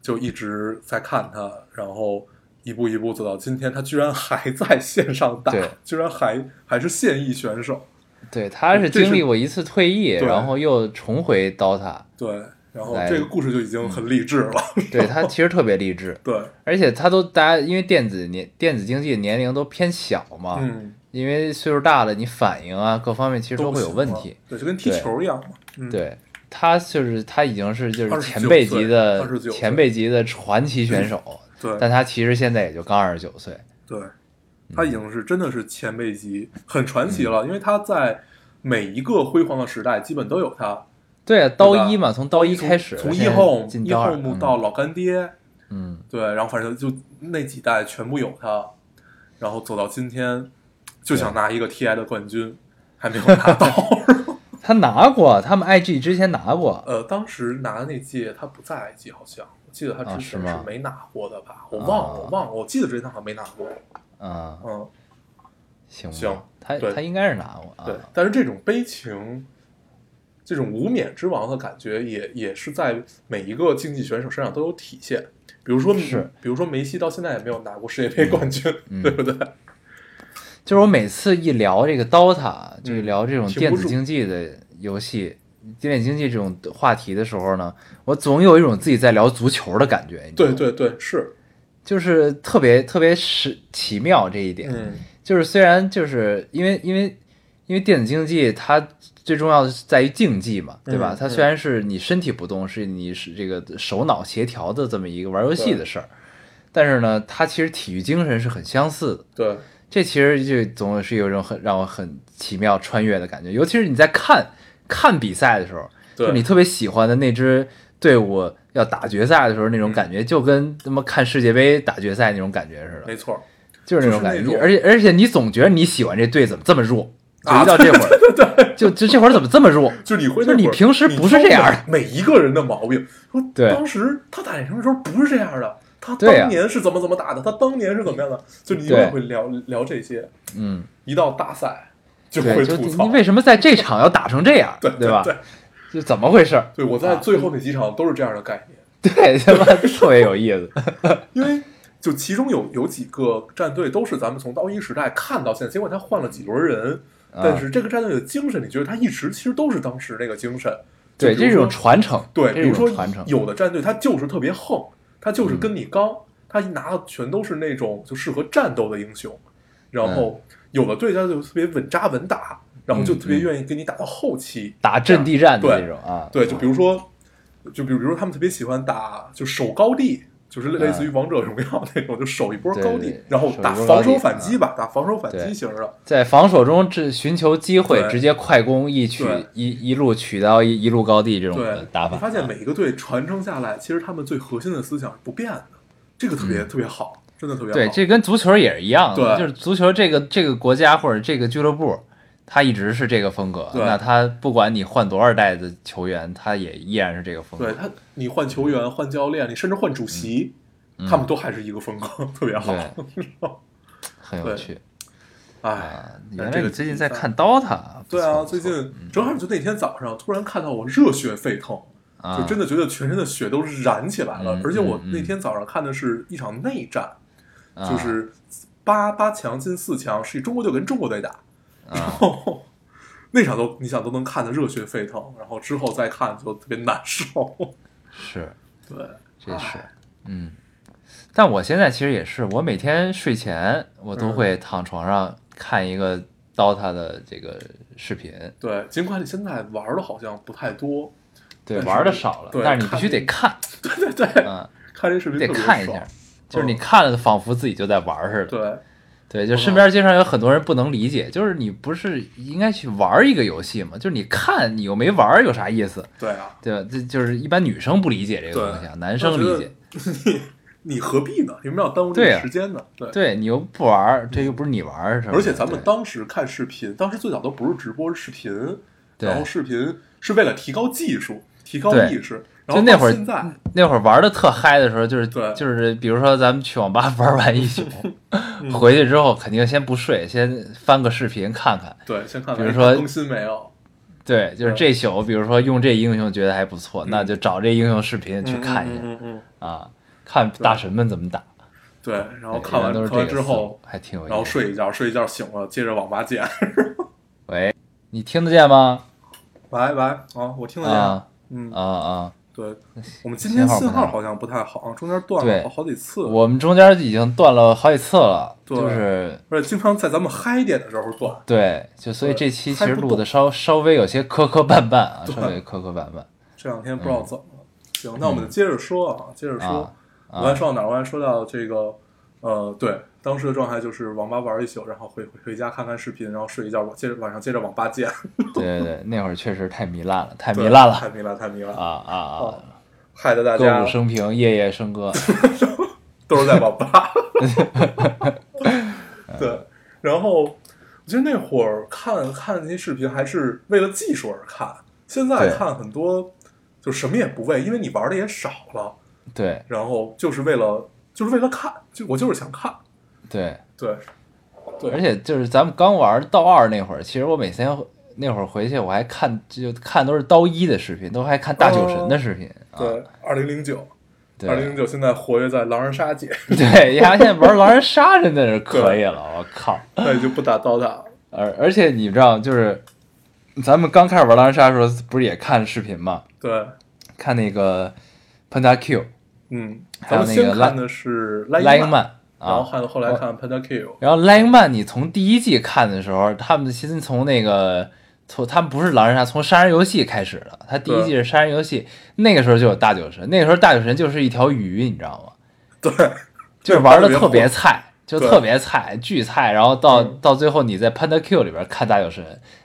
[SPEAKER 1] 就一直在看他，然后一步一步走到今天，他居然还在线上打
[SPEAKER 2] 对，
[SPEAKER 1] 居然还还是现役选手，
[SPEAKER 2] 对，他是
[SPEAKER 1] 这
[SPEAKER 2] 经历
[SPEAKER 1] 是
[SPEAKER 2] 过一次退役，
[SPEAKER 1] 对
[SPEAKER 2] 然后又重回 DOTA，
[SPEAKER 1] [LAUGHS] 对，然后
[SPEAKER 2] 来嗯
[SPEAKER 1] 这个故事就已经很励志了， [LAUGHS]
[SPEAKER 2] 对他其实特别励志，
[SPEAKER 1] 对，
[SPEAKER 2] 而且他都大家因为电子年电子竞技年龄都偏小嘛，
[SPEAKER 1] 嗯，
[SPEAKER 2] 因为岁数大了，你反应啊各方面其实
[SPEAKER 1] 都
[SPEAKER 2] 都
[SPEAKER 1] 不
[SPEAKER 2] 会有
[SPEAKER 1] 行
[SPEAKER 2] 问
[SPEAKER 1] 了
[SPEAKER 2] 题。，
[SPEAKER 1] 对，就跟踢
[SPEAKER 2] 对
[SPEAKER 1] 球一样嘛，嗯，
[SPEAKER 2] 对他就是他已经是就是
[SPEAKER 1] 29
[SPEAKER 2] 前辈级的
[SPEAKER 1] 岁29岁
[SPEAKER 2] 前辈级的传奇选手，但嗯
[SPEAKER 1] 对
[SPEAKER 2] 他其实现在也就刚二十九岁。
[SPEAKER 1] 对，他已经是真的是前辈级，很传奇
[SPEAKER 2] 嗯
[SPEAKER 1] 了，因为他在每一个辉煌的时代，基本都有他。
[SPEAKER 2] 对啊，刀
[SPEAKER 1] 吧
[SPEAKER 2] 一嘛，从刀一
[SPEAKER 1] 从
[SPEAKER 2] 开始，
[SPEAKER 1] 从
[SPEAKER 2] 现
[SPEAKER 1] 一
[SPEAKER 2] 在
[SPEAKER 1] 后
[SPEAKER 2] 进
[SPEAKER 1] 一
[SPEAKER 2] 刀二
[SPEAKER 1] 后
[SPEAKER 2] 嗯
[SPEAKER 1] 到老干爹，
[SPEAKER 2] 嗯
[SPEAKER 1] 对，然后反正就那几代全部有他，然后走到今天，就想拿一个 TI 的冠军，还没有拿
[SPEAKER 2] [LAUGHS]
[SPEAKER 1] 到。
[SPEAKER 2] 他拿过，他们 IG 之前拿过，
[SPEAKER 1] 呃，当时拿那届他不在 IG，好像我记得他
[SPEAKER 2] 啊
[SPEAKER 1] 之
[SPEAKER 2] 是
[SPEAKER 1] 前
[SPEAKER 2] 吗
[SPEAKER 1] 是没拿过的吧？我忘了，
[SPEAKER 2] 啊
[SPEAKER 1] 我忘了，我记得之前他好像没拿过。
[SPEAKER 2] 啊，
[SPEAKER 1] 嗯，
[SPEAKER 2] 行吧
[SPEAKER 1] 行
[SPEAKER 2] 他
[SPEAKER 1] 对
[SPEAKER 2] 他应该是拿过
[SPEAKER 1] 对
[SPEAKER 2] 啊，，
[SPEAKER 1] 但是这种悲情。这种无冕之王的感觉也，也是在每一个竞技选手身上都有体现。比如说，
[SPEAKER 2] 是
[SPEAKER 1] 比如说梅西到现在也没有拿过世界杯冠军，
[SPEAKER 2] 嗯
[SPEAKER 1] 对不对？
[SPEAKER 2] 就是我每次一聊这个 DOTA，就是
[SPEAKER 1] 嗯
[SPEAKER 2] 聊这种
[SPEAKER 1] 停不
[SPEAKER 2] 电子
[SPEAKER 1] 住
[SPEAKER 2] 竞技的游戏。电子竞技这种话题的时候呢，我总有一种自己在聊足球的感觉，你知道
[SPEAKER 1] 对
[SPEAKER 2] 吗，
[SPEAKER 1] 对对，是，
[SPEAKER 2] 就是特别特别是奇妙这一点，
[SPEAKER 1] 嗯，
[SPEAKER 2] 就是虽然就是因为因为因为电子竞技它最重要的是在于竞技嘛，对吧？
[SPEAKER 1] 嗯
[SPEAKER 2] 它虽然是你身体不动，是你是这个手脑协调的这么一个玩游戏的事儿，但是呢，它其实体育精神是很相似的。
[SPEAKER 1] 对，
[SPEAKER 2] 这其实就总是有一种很让我很奇妙穿越的感觉，尤其是你在看看比赛的时候，
[SPEAKER 1] 对
[SPEAKER 2] 就你特别喜欢的那支队伍要打决赛的时候
[SPEAKER 1] 嗯
[SPEAKER 2] 那种感觉，就跟他妈看世界杯打决赛那种感觉似的
[SPEAKER 1] 没。错儿，
[SPEAKER 2] 就是那种
[SPEAKER 1] 就是那
[SPEAKER 2] 感觉，
[SPEAKER 1] 种
[SPEAKER 2] 而且而且你总觉得你喜欢这队怎么这么弱，就
[SPEAKER 1] 啊
[SPEAKER 2] 一到这会儿，就就这会儿怎么这么弱？
[SPEAKER 1] 就是你会
[SPEAKER 2] 就是
[SPEAKER 1] 那
[SPEAKER 2] 你
[SPEAKER 1] 会儿
[SPEAKER 2] 平时
[SPEAKER 1] 你
[SPEAKER 2] 不是
[SPEAKER 1] 挑
[SPEAKER 2] 这样
[SPEAKER 1] 的
[SPEAKER 2] 的
[SPEAKER 1] 每一个人的毛病，说
[SPEAKER 2] 对
[SPEAKER 1] 当时他打什么时候不是这样的，他
[SPEAKER 2] 对啊
[SPEAKER 1] 当年是怎么怎么打的，他当年是怎么样的，就你永
[SPEAKER 2] 对
[SPEAKER 1] 远会聊聊这些，
[SPEAKER 2] 嗯，
[SPEAKER 1] 一到大赛 [LAUGHS] 就
[SPEAKER 2] 对，
[SPEAKER 1] 会
[SPEAKER 2] 就
[SPEAKER 1] 吐槽
[SPEAKER 2] 你，为什么在这场要打成这样，
[SPEAKER 1] 对
[SPEAKER 2] 吧？
[SPEAKER 1] 对，
[SPEAKER 2] 就怎么回事？
[SPEAKER 1] 对
[SPEAKER 2] 啊
[SPEAKER 1] 我在最后那几场都是这样的概念， [LAUGHS]
[SPEAKER 2] 对，他妈特别有意思。
[SPEAKER 1] 因为就其中有有几个战队都是咱们从刀一时代看到现在，尽管他换了几轮人，
[SPEAKER 2] 啊
[SPEAKER 1] 但是这个战队的精神，你觉得他一直其实都是当时那个精神。就
[SPEAKER 2] 对，
[SPEAKER 1] 比
[SPEAKER 2] 这
[SPEAKER 1] 如
[SPEAKER 2] 是
[SPEAKER 1] 说
[SPEAKER 2] 种传承，
[SPEAKER 1] 对，
[SPEAKER 2] 这
[SPEAKER 1] 比
[SPEAKER 2] 是
[SPEAKER 1] 如说
[SPEAKER 2] 种传承，嗯
[SPEAKER 1] 有的战队他就是特别横，他就是跟你刚，他一拿的全都是那种就适合战斗的英雄，然后有的队他就特别稳扎稳打，然后就特
[SPEAKER 2] 嗯
[SPEAKER 1] 别
[SPEAKER 2] 嗯嗯
[SPEAKER 1] 愿意跟你打到后期。
[SPEAKER 2] 打阵地战的
[SPEAKER 1] 对
[SPEAKER 2] 那种啊，
[SPEAKER 1] 对，就比如说，就比如比如说他们特别喜欢打就守高地，就是类类似于王者荣耀那种，就守一波
[SPEAKER 2] 对
[SPEAKER 1] 高
[SPEAKER 2] 嗯对
[SPEAKER 1] 地
[SPEAKER 2] 对，
[SPEAKER 1] 然后
[SPEAKER 2] 守一
[SPEAKER 1] 打
[SPEAKER 2] 波高地
[SPEAKER 1] 防
[SPEAKER 2] 嗯
[SPEAKER 1] 守反击吧，打防守反
[SPEAKER 2] 对
[SPEAKER 1] 击型的。
[SPEAKER 2] 在防守中只寻求机会，
[SPEAKER 1] 对
[SPEAKER 2] 直接快攻一取
[SPEAKER 1] 对
[SPEAKER 2] 一一路取到一一路高地这种
[SPEAKER 1] 对
[SPEAKER 2] 的，打法，嗯
[SPEAKER 1] 你发现每一个队传承下来，其实他们最核心的思想是不变的，这个特别、特别好，真的特别好。
[SPEAKER 2] 嗯对，这跟足球也是一样的，
[SPEAKER 1] 对
[SPEAKER 2] 就是足球这个这个国家或者这个俱乐部，它一直是这个风格。
[SPEAKER 1] 对
[SPEAKER 2] 那他不管你换多少代的球员，他也依然是这个风格。
[SPEAKER 1] 对他，你换球员、换教练，你甚至换主席，
[SPEAKER 2] 嗯
[SPEAKER 1] 他们都还是一个风格， [LAUGHS] 特别好。 [LAUGHS]
[SPEAKER 2] 很有
[SPEAKER 1] 对
[SPEAKER 2] 趣
[SPEAKER 1] 哎，
[SPEAKER 2] 啊！原来
[SPEAKER 1] 这
[SPEAKER 2] 你
[SPEAKER 1] 个
[SPEAKER 2] 最近
[SPEAKER 1] 比
[SPEAKER 2] 在
[SPEAKER 1] 赛
[SPEAKER 2] 看 DOTA？不
[SPEAKER 1] 对
[SPEAKER 2] 错
[SPEAKER 1] 啊，
[SPEAKER 2] 不
[SPEAKER 1] 最
[SPEAKER 2] 错嗯
[SPEAKER 1] 近正好就那天早上突然看到我热血沸腾，
[SPEAKER 2] 啊，
[SPEAKER 1] 就真的觉得全身的血都燃起来了
[SPEAKER 2] 嗯。
[SPEAKER 1] 而且我
[SPEAKER 2] 嗯嗯
[SPEAKER 1] 那天早上看的是一场内战，
[SPEAKER 2] 啊
[SPEAKER 1] 就是八八强进四强，是中国队跟中国队打， [LAUGHS]
[SPEAKER 2] 啊，
[SPEAKER 1] 那场都你想都能看得热血沸腾，然后之后再看就特别难受。
[SPEAKER 2] [LAUGHS] 是
[SPEAKER 1] 对，
[SPEAKER 2] 这是嗯。但我现在其实也是，我每天睡前我都
[SPEAKER 1] 嗯
[SPEAKER 2] 会躺床上看一个 DOTA 的这个视频，
[SPEAKER 1] 对，尽管你现在玩的好像不太多， [LAUGHS]
[SPEAKER 2] 对，
[SPEAKER 1] 但是
[SPEAKER 2] 玩的少了，
[SPEAKER 1] 对
[SPEAKER 2] 但是你必
[SPEAKER 1] 看
[SPEAKER 2] 须得
[SPEAKER 1] [LAUGHS]
[SPEAKER 2] 看，
[SPEAKER 1] 对对对，
[SPEAKER 2] 啊，
[SPEAKER 1] 看这视频
[SPEAKER 2] 得
[SPEAKER 1] 特别
[SPEAKER 2] 看一
[SPEAKER 1] 爽嗯
[SPEAKER 2] 下，就是你看了，仿佛自己就在玩儿似的。
[SPEAKER 1] 对，嗯
[SPEAKER 2] 对，就身边经常有很多人不能理解，就是你不是应该去玩儿一个游戏吗？就是你看，你又没玩，有啥意思？
[SPEAKER 1] 对啊，
[SPEAKER 2] 对吧？这就是一般女生不理解这个
[SPEAKER 1] 对
[SPEAKER 2] 东西啊，男生理解。
[SPEAKER 1] 你何必呢？你们要耽误这
[SPEAKER 2] 对
[SPEAKER 1] 个
[SPEAKER 2] 啊
[SPEAKER 1] 时间呢？对，
[SPEAKER 2] 对你又不玩儿，这又不是你玩儿，是吧？
[SPEAKER 1] 而且咱们
[SPEAKER 2] 嗯对
[SPEAKER 1] 当时看视频，当时最早都不是直播，是视频，
[SPEAKER 2] 对
[SPEAKER 1] 然后视频是为了提高技术，提高
[SPEAKER 2] 对
[SPEAKER 1] 意识。
[SPEAKER 2] 就
[SPEAKER 1] 然后
[SPEAKER 2] 那
[SPEAKER 1] 到
[SPEAKER 2] 会儿
[SPEAKER 1] 现在，
[SPEAKER 2] 那会儿玩的特嗨的时候，就是
[SPEAKER 1] 对
[SPEAKER 2] 就是，比如说咱们去网吧玩完
[SPEAKER 1] [LAUGHS]
[SPEAKER 2] 一宿，
[SPEAKER 1] 嗯
[SPEAKER 2] 回去之后肯定先不睡，先翻个视频看看，
[SPEAKER 1] 对，先看看
[SPEAKER 2] 比如说
[SPEAKER 1] 更新没有，
[SPEAKER 2] 对，就是
[SPEAKER 1] 嗯
[SPEAKER 2] 这宿，比如说用这英雄觉得还不错，那就找这英雄视频去看一下、
[SPEAKER 1] 嗯嗯嗯嗯
[SPEAKER 2] 啊，看大神们怎么打。
[SPEAKER 1] 对，然后
[SPEAKER 2] 对
[SPEAKER 1] 看
[SPEAKER 2] 一般
[SPEAKER 1] 完
[SPEAKER 2] 都是
[SPEAKER 1] 看
[SPEAKER 2] 这
[SPEAKER 1] 完
[SPEAKER 2] 个
[SPEAKER 1] 之
[SPEAKER 2] 思
[SPEAKER 1] 后
[SPEAKER 2] 路，还挺有意思。
[SPEAKER 1] 然后，睡一觉，睡一觉醒了，接着网吧见。
[SPEAKER 2] 喂，你听得见吗？
[SPEAKER 1] 喂喂，啊，我听得见。
[SPEAKER 2] 啊
[SPEAKER 1] 嗯，
[SPEAKER 2] 啊啊！
[SPEAKER 1] 对，我们今
[SPEAKER 2] 信
[SPEAKER 1] 天
[SPEAKER 2] 号不
[SPEAKER 1] 信
[SPEAKER 2] 太好
[SPEAKER 1] 号好像不太好，中间断
[SPEAKER 2] 对
[SPEAKER 1] 了好好几次，
[SPEAKER 2] 我们中间已经断了好几次了，
[SPEAKER 1] 对
[SPEAKER 2] 就是
[SPEAKER 1] 而且经常在咱们嗨一点的时候断。
[SPEAKER 2] 对，就所以
[SPEAKER 1] 对
[SPEAKER 2] 这期其
[SPEAKER 1] 还
[SPEAKER 2] 实
[SPEAKER 1] 不
[SPEAKER 2] 录
[SPEAKER 1] 动
[SPEAKER 2] 的稍稍微有些磕磕绊绊啊，
[SPEAKER 1] 对
[SPEAKER 2] 稍微磕磕绊绊。
[SPEAKER 1] 这两天不知道怎么了。行，那我们就接着说啊，接着说
[SPEAKER 2] 嗯啊。
[SPEAKER 1] 我还说到哪儿？我还说到这个，呃，对，当时的状态就是网吧玩一宿，然后回回家看看视频，然后睡一觉，我接着晚上接着网吧见。
[SPEAKER 2] 对对
[SPEAKER 1] [LAUGHS]
[SPEAKER 2] 对，那会儿确实太糜烂了，太
[SPEAKER 1] 对
[SPEAKER 2] 糜烂
[SPEAKER 1] 太
[SPEAKER 2] 了
[SPEAKER 1] 糜烂，太糜烂
[SPEAKER 2] 啊，啊啊！
[SPEAKER 1] 害得大
[SPEAKER 2] 歌
[SPEAKER 1] 家
[SPEAKER 2] 舞升平，夜夜笙歌。
[SPEAKER 1] 都是在
[SPEAKER 2] [LAUGHS]
[SPEAKER 1] 网吧。对，然后我觉得那会儿看看那些视频还是为了技术而看，现在
[SPEAKER 2] 对
[SPEAKER 1] 看很多就什么也不为，因为你玩的也少了，
[SPEAKER 2] 对
[SPEAKER 1] 然后就是为了就是为了看，就我就是想看，
[SPEAKER 2] 对，
[SPEAKER 1] 对，对
[SPEAKER 2] 而且就是咱们刚玩刀二那会儿，其实我每天那会儿回去，我还看就看都是刀一的视频，都还看大酒神的视频。啊、
[SPEAKER 1] 对，二零零九，哦二零零
[SPEAKER 2] 对
[SPEAKER 1] 九现在活跃在狼人
[SPEAKER 2] [LAUGHS]
[SPEAKER 1] 杀界，
[SPEAKER 2] 对，呀，现在玩狼人杀真的是可以了，我靠！
[SPEAKER 1] 那也就不打刀塔了。
[SPEAKER 2] 而而且你知道，就是咱们刚开始玩狼人杀的时候，不是也看视频嘛？
[SPEAKER 1] 对，
[SPEAKER 2] 看那个 Penta Q
[SPEAKER 1] 嗯，
[SPEAKER 2] 还
[SPEAKER 1] 咱
[SPEAKER 2] 有那个
[SPEAKER 1] 们先
[SPEAKER 2] 拉
[SPEAKER 1] 看的是
[SPEAKER 2] Lying
[SPEAKER 1] Lion
[SPEAKER 2] Man
[SPEAKER 1] 哎然后
[SPEAKER 2] 啊，
[SPEAKER 1] 看后来
[SPEAKER 2] [LAUGHS]
[SPEAKER 1] 看 Panda Kill，
[SPEAKER 2] 然后 Lion Man，你从第一季看的时候，他们先从那个从他们不是狼人杀，从杀人游戏开始的。他第一季是杀人游戏，那个时候就有大酒神，那个时候大酒神就是一条鱼，你知道吗？
[SPEAKER 1] 对，
[SPEAKER 2] [LAUGHS] 就是玩的
[SPEAKER 1] 对 [LAUGHS]
[SPEAKER 2] 特别嗯菜，就
[SPEAKER 1] 对
[SPEAKER 2] 特别菜，巨菜。然后到、到最后，你在 Panda Q 里边看大酒神，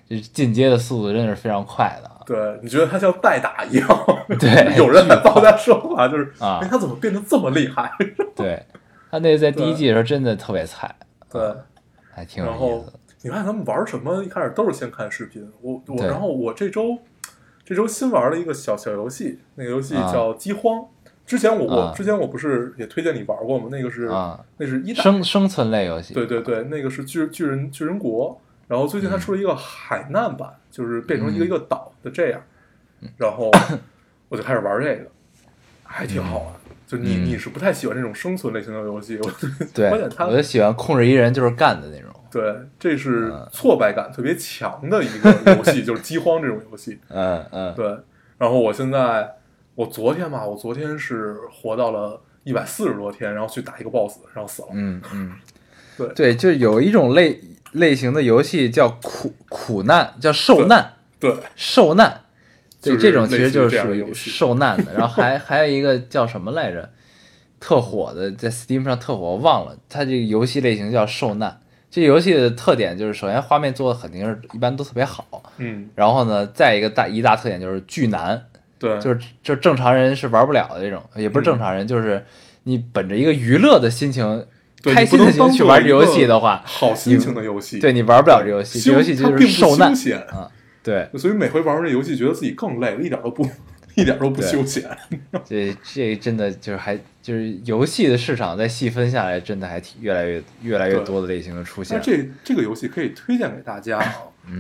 [SPEAKER 2] 就是进阶的速度真的是非常快的。
[SPEAKER 1] 对，你觉得他像代打一样？
[SPEAKER 2] 对
[SPEAKER 1] [LAUGHS] 有人还帮他说话，就是
[SPEAKER 2] 啊
[SPEAKER 1] 哎，他怎么变得这么厉
[SPEAKER 2] [LAUGHS]
[SPEAKER 1] 害？
[SPEAKER 2] 对，他那个在第一季的时候真的特别菜，
[SPEAKER 1] 对，
[SPEAKER 2] 还挺有
[SPEAKER 1] 然
[SPEAKER 2] 意
[SPEAKER 1] 后
[SPEAKER 2] 思的。
[SPEAKER 1] 你看他们玩什么，一开始都是先看视频。我我，
[SPEAKER 2] 对
[SPEAKER 1] 然后我这周这周新玩了一个小小游戏，那个游戏
[SPEAKER 2] 啊
[SPEAKER 1] 叫《饥荒》。之前我
[SPEAKER 2] 啊
[SPEAKER 1] 我之前我不是也推荐你玩过吗？那个是
[SPEAKER 2] 啊
[SPEAKER 1] 那是一代，
[SPEAKER 2] 生生存类游戏，
[SPEAKER 1] 对对对，那个是巨巨人巨人国。然后最近它出了一个海难版，就是变成一个
[SPEAKER 2] 嗯
[SPEAKER 1] 一个岛的这样。然后我就开始玩这个，还挺好玩。就你、
[SPEAKER 2] 嗯
[SPEAKER 1] 你是不太喜欢这种生存类型的游戏， [LAUGHS] 我
[SPEAKER 2] 对，
[SPEAKER 1] 关键它
[SPEAKER 2] 我就喜欢控制一人就是干的那种。
[SPEAKER 1] 对，这是
[SPEAKER 2] 嗯
[SPEAKER 1] 挫败感特别强的一个游戏， [LAUGHS] 就是饥荒这种游戏。
[SPEAKER 2] 嗯嗯，
[SPEAKER 1] 对，然后我现在，我昨天吧，我昨天是活到了一百四十多天，然后去打一个 BOSS，然后死了。
[SPEAKER 2] 嗯嗯，
[SPEAKER 1] 对
[SPEAKER 2] 对，就有一种类类型的游戏叫苦苦难，叫受难
[SPEAKER 1] 对，
[SPEAKER 2] 受难。对，
[SPEAKER 1] 就是
[SPEAKER 2] 这种其实就
[SPEAKER 1] 类似
[SPEAKER 2] 是
[SPEAKER 1] 于这样
[SPEAKER 2] 属
[SPEAKER 1] 的
[SPEAKER 2] 于
[SPEAKER 1] 游戏
[SPEAKER 2] 受难的。然后
[SPEAKER 1] [LAUGHS]
[SPEAKER 2] 还还有一个叫什么来着，特火的，在 Steam 上特火，我忘了。它这个游戏类型叫受难。这游戏的特点就是，首先画面做的肯定是一般都特别好，
[SPEAKER 1] 嗯，
[SPEAKER 2] 然后呢，再一个大一大特点就是巨难，
[SPEAKER 1] 对，
[SPEAKER 2] 就是就正常人是玩不了的这种，也不
[SPEAKER 1] 嗯
[SPEAKER 2] 是正常人，就是你本着一个娱乐的心情、
[SPEAKER 1] 对
[SPEAKER 2] 开心的
[SPEAKER 1] 你不能
[SPEAKER 2] 心情
[SPEAKER 1] 当
[SPEAKER 2] 去
[SPEAKER 1] 做
[SPEAKER 2] 玩
[SPEAKER 1] 一
[SPEAKER 2] 这游
[SPEAKER 1] 个
[SPEAKER 2] 戏的话，
[SPEAKER 1] 好心情的游戏，
[SPEAKER 2] 对你玩不了这游戏，这
[SPEAKER 1] 休
[SPEAKER 2] 游戏
[SPEAKER 1] 它
[SPEAKER 2] 就
[SPEAKER 1] 并
[SPEAKER 2] 是
[SPEAKER 1] 不
[SPEAKER 2] 受难啊
[SPEAKER 1] 休。闲， [LAUGHS]
[SPEAKER 2] 对，
[SPEAKER 1] 所以每回玩完这游戏，觉得自己更累了，一点都不， [LAUGHS] 一点都不
[SPEAKER 2] 对
[SPEAKER 1] 休闲。
[SPEAKER 2] 这这真的就是还就是游戏的市场在细分下来，真的还挺越来越越来越
[SPEAKER 1] 对
[SPEAKER 2] 多的类型的出
[SPEAKER 1] 那
[SPEAKER 2] 现。哎嗯
[SPEAKER 1] 这这个游戏可以推荐给大家啊。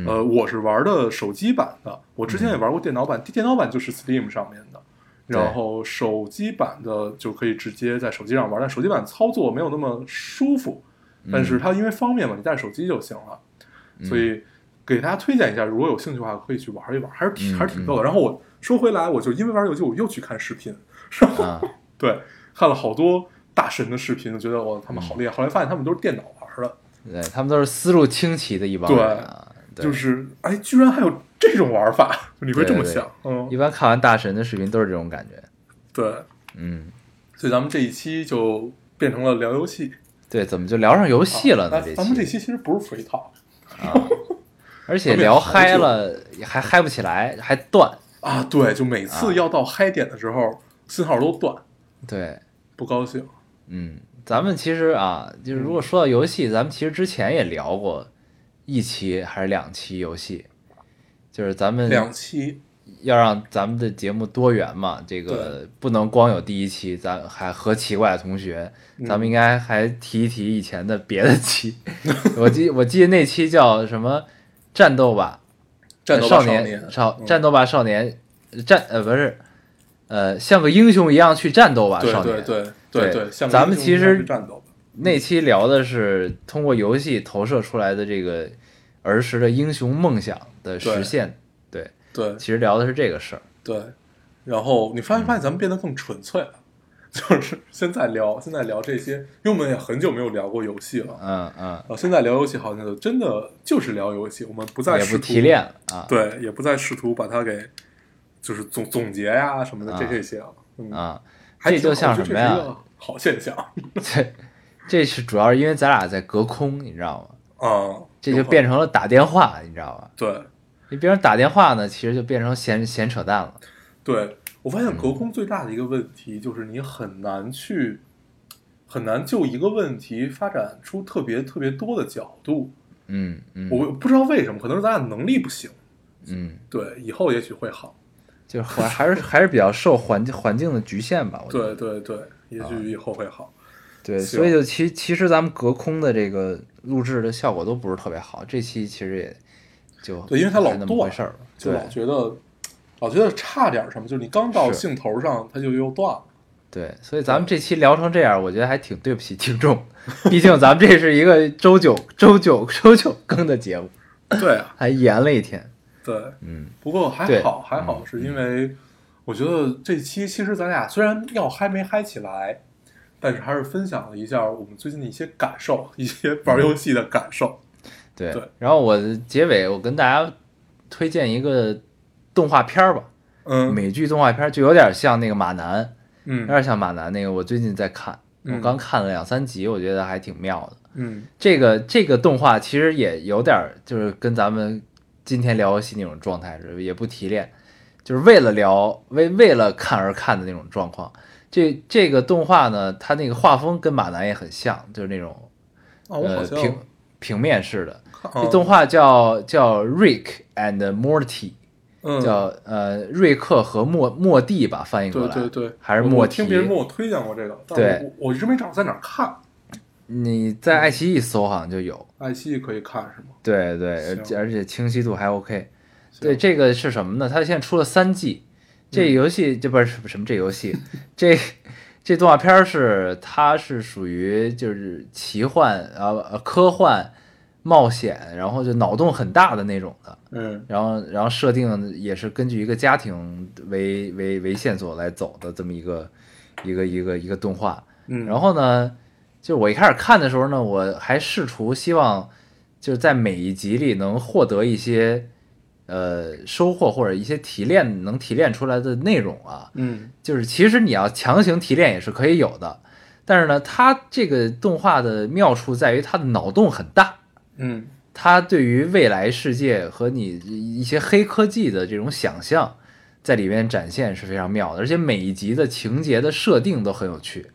[SPEAKER 1] 呃，我是玩的手机版的，我之前也玩过电脑版，电脑版就是 Steam 上面的，
[SPEAKER 2] 对
[SPEAKER 1] 然后手机版的就可以直接在手机上玩，但手机版操作没有那么舒服，
[SPEAKER 2] 嗯
[SPEAKER 1] 但是它因为方便嘛，你带手机就行了，所以给大家推荐一下，如果有兴趣的话可以去玩一玩，还是
[SPEAKER 2] 嗯
[SPEAKER 1] 挺还是挺逗的。然后我说回来，我就因为玩游戏，我又去看视频，然后
[SPEAKER 2] 啊，
[SPEAKER 1] [LAUGHS] 对看了好多大神的视频，觉得哇他们好厉害，后来发现他们都是电脑玩的。
[SPEAKER 2] 对他们都是思路清奇的一帮人啊。对
[SPEAKER 1] 就是哎，居然还有这种玩法， [LAUGHS] 你会这么
[SPEAKER 2] 对对
[SPEAKER 1] 想，
[SPEAKER 2] 一
[SPEAKER 1] 嗯，
[SPEAKER 2] 般看完大神的视频都是这种感觉。
[SPEAKER 1] 对，
[SPEAKER 2] 嗯，
[SPEAKER 1] 所以咱们这一期就变成了聊游戏，
[SPEAKER 2] 对，怎么就聊上游戏了
[SPEAKER 1] 啊那
[SPEAKER 2] 呢？
[SPEAKER 1] 咱们这期其实不是 free talk
[SPEAKER 2] 而且聊嗨了还嗨不起来，还断。
[SPEAKER 1] 啊，对，就每次要到嗨点的时候，信号都断，
[SPEAKER 2] 对，
[SPEAKER 1] 不高兴，
[SPEAKER 2] 嗯，咱们其实啊，就是如果说到游戏，咱们其实之前也聊过一期还是两期游戏，就是咱们
[SPEAKER 1] 两期，
[SPEAKER 2] 要让咱们的节目多元嘛，这个不能光有第一期，咱还和奇怪的同学，
[SPEAKER 1] 嗯
[SPEAKER 2] 咱们应该还提一提以前的别的
[SPEAKER 1] [LAUGHS]
[SPEAKER 2] 期。我记我记得那期叫什么战斗吧，呃
[SPEAKER 1] 战斗吧
[SPEAKER 2] 少
[SPEAKER 1] 年，
[SPEAKER 2] 少
[SPEAKER 1] 嗯
[SPEAKER 2] 战斗吧少年，战呃不是，呃像个英雄一样去战斗吧
[SPEAKER 1] 对
[SPEAKER 2] 少年。
[SPEAKER 1] 对对
[SPEAKER 2] 对
[SPEAKER 1] 对，像
[SPEAKER 2] 咱们
[SPEAKER 1] 英雄
[SPEAKER 2] 其
[SPEAKER 1] 一样
[SPEAKER 2] 实
[SPEAKER 1] 去战斗吧，
[SPEAKER 2] 那期聊的是通过游戏投射出来的这个儿时的英雄梦想的实现，对，
[SPEAKER 1] 对
[SPEAKER 2] 其实聊的是这个事儿。
[SPEAKER 1] 对，然后你发现发现咱们变得更纯粹了。就是现在聊，现在聊这些，因为我们也很久没有聊过游戏了。
[SPEAKER 2] 嗯嗯，
[SPEAKER 1] 啊，现在聊游戏好像就真的就是聊游戏，我们不再
[SPEAKER 2] 也
[SPEAKER 1] 试
[SPEAKER 2] 不
[SPEAKER 1] 图
[SPEAKER 2] 提炼了啊。
[SPEAKER 1] 对，也不再试图把它给就是总总结呀、什么的这
[SPEAKER 2] 啊
[SPEAKER 1] 这些啊，嗯，
[SPEAKER 2] 啊，
[SPEAKER 1] 还
[SPEAKER 2] 这
[SPEAKER 1] 挺
[SPEAKER 2] 就
[SPEAKER 1] 好
[SPEAKER 2] 像
[SPEAKER 1] 我觉
[SPEAKER 2] 什么
[SPEAKER 1] 得这是一
[SPEAKER 2] 呀？
[SPEAKER 1] 个好现象啊，
[SPEAKER 2] 这这是主要是因为咱俩在隔空，你知道吗？
[SPEAKER 1] 嗯
[SPEAKER 2] 这
[SPEAKER 1] 有
[SPEAKER 2] 就
[SPEAKER 1] 可
[SPEAKER 2] 变成了打电话，你知道吧？
[SPEAKER 1] 对
[SPEAKER 2] 你别人打电话呢，其实就变成闲闲扯淡了。
[SPEAKER 1] 对，我发
[SPEAKER 2] 嗯
[SPEAKER 1] 现隔空最大的一个问题就是你很难去很难就一个问题发展出特别特别多的角度，
[SPEAKER 2] 嗯嗯
[SPEAKER 1] 我不知道为什么，可能是咱俩能力不行，
[SPEAKER 2] 嗯，
[SPEAKER 1] 对，以后也许会好，
[SPEAKER 2] 就是还还是还是比较受环境环境的局限吧。我觉得
[SPEAKER 1] 对对对，也
[SPEAKER 2] 啊
[SPEAKER 1] 许以后会好，
[SPEAKER 2] 对，
[SPEAKER 1] 行
[SPEAKER 2] 所以就其其实咱们隔空的这个录制的效果都不是特别好，这期其实也就
[SPEAKER 1] 对因为它
[SPEAKER 2] 不
[SPEAKER 1] 老
[SPEAKER 2] 是那么
[SPEAKER 1] 断
[SPEAKER 2] 回事儿，
[SPEAKER 1] 就
[SPEAKER 2] 对
[SPEAKER 1] 老觉得老觉得差点什么，就是你刚到
[SPEAKER 2] 是
[SPEAKER 1] 兴头上，它就又断了。
[SPEAKER 2] 对，所以咱们这期聊成这样，我觉得还挺对不起听
[SPEAKER 1] [LAUGHS]
[SPEAKER 2] 众，毕竟咱们这是一个周九周九周九更的节目，
[SPEAKER 1] 对啊，
[SPEAKER 2] 还延了一天，
[SPEAKER 1] 对，
[SPEAKER 2] 嗯，
[SPEAKER 1] 不过还
[SPEAKER 2] 对嗯
[SPEAKER 1] 好，还好，是因为我觉得这期其实咱俩虽然要嗨没嗨起来，但是还是分享了一下我们最近的一些感受，一些玩游戏的感受。
[SPEAKER 2] 对。
[SPEAKER 1] 对
[SPEAKER 2] 然后我的结尾我跟大家推荐一个动画片儿吧，
[SPEAKER 1] 嗯
[SPEAKER 2] 美剧动画片儿就有点像那个马男，有
[SPEAKER 1] 嗯
[SPEAKER 2] 点像马男那个，我最近在看，我
[SPEAKER 1] 嗯
[SPEAKER 2] 刚看了两三集，我觉得还挺妙的。
[SPEAKER 1] 嗯，
[SPEAKER 2] 这个这个动画其实也有点儿，就是跟咱们今天聊游戏那种状态是，也不提炼，就是为了聊为为了看而看的那种状况。这这个动画呢，它那个画风跟马男也很像，就是那种
[SPEAKER 1] 啊，我好
[SPEAKER 2] 呃
[SPEAKER 1] 像哦
[SPEAKER 2] 平平面式的。
[SPEAKER 1] 看
[SPEAKER 2] 这动画叫叫 Rick and Morty，
[SPEAKER 1] 嗯
[SPEAKER 2] 叫呃瑞克和莫莫蒂吧，翻译过
[SPEAKER 1] 对
[SPEAKER 2] 来
[SPEAKER 1] 对对，
[SPEAKER 2] 还是
[SPEAKER 1] 我
[SPEAKER 2] 莫
[SPEAKER 1] 我
[SPEAKER 2] 提
[SPEAKER 1] 听别人跟我推荐过这个，但
[SPEAKER 2] 对
[SPEAKER 1] 我我我一直没找在哪儿看，
[SPEAKER 2] 你在爱奇艺搜好像就有。
[SPEAKER 1] 爱奇艺可以看是吗？
[SPEAKER 2] 对对，
[SPEAKER 1] 行
[SPEAKER 2] 而且清晰度还 OK。
[SPEAKER 1] 行嗯
[SPEAKER 2] 对，这个是什么呢？它现在出了三季，这游戏这不是什么什么这游戏，这这动画片儿是它是属于就是奇幻呃呃科幻冒险，然后就脑洞很大的那种的。
[SPEAKER 1] 嗯
[SPEAKER 2] 然后然后设定也是根据一个家庭为为为线索来走的这么一个一个一个一个动画。
[SPEAKER 1] 嗯，
[SPEAKER 2] 然后呢，就我一开始看的时候呢，我还试图希望就是在每一集里能获得一些呃收获或者一些提炼能提炼出来的内容啊。
[SPEAKER 1] 嗯
[SPEAKER 2] 就是其实你要强行提炼也是可以有的，但是呢，它这个动画的妙处在于它的脑洞很大，
[SPEAKER 1] 嗯
[SPEAKER 2] 它对于未来世界和你一些黑科技的这种想象，在里面展现是非常妙的，而且每一集的情节的设定都很有趣。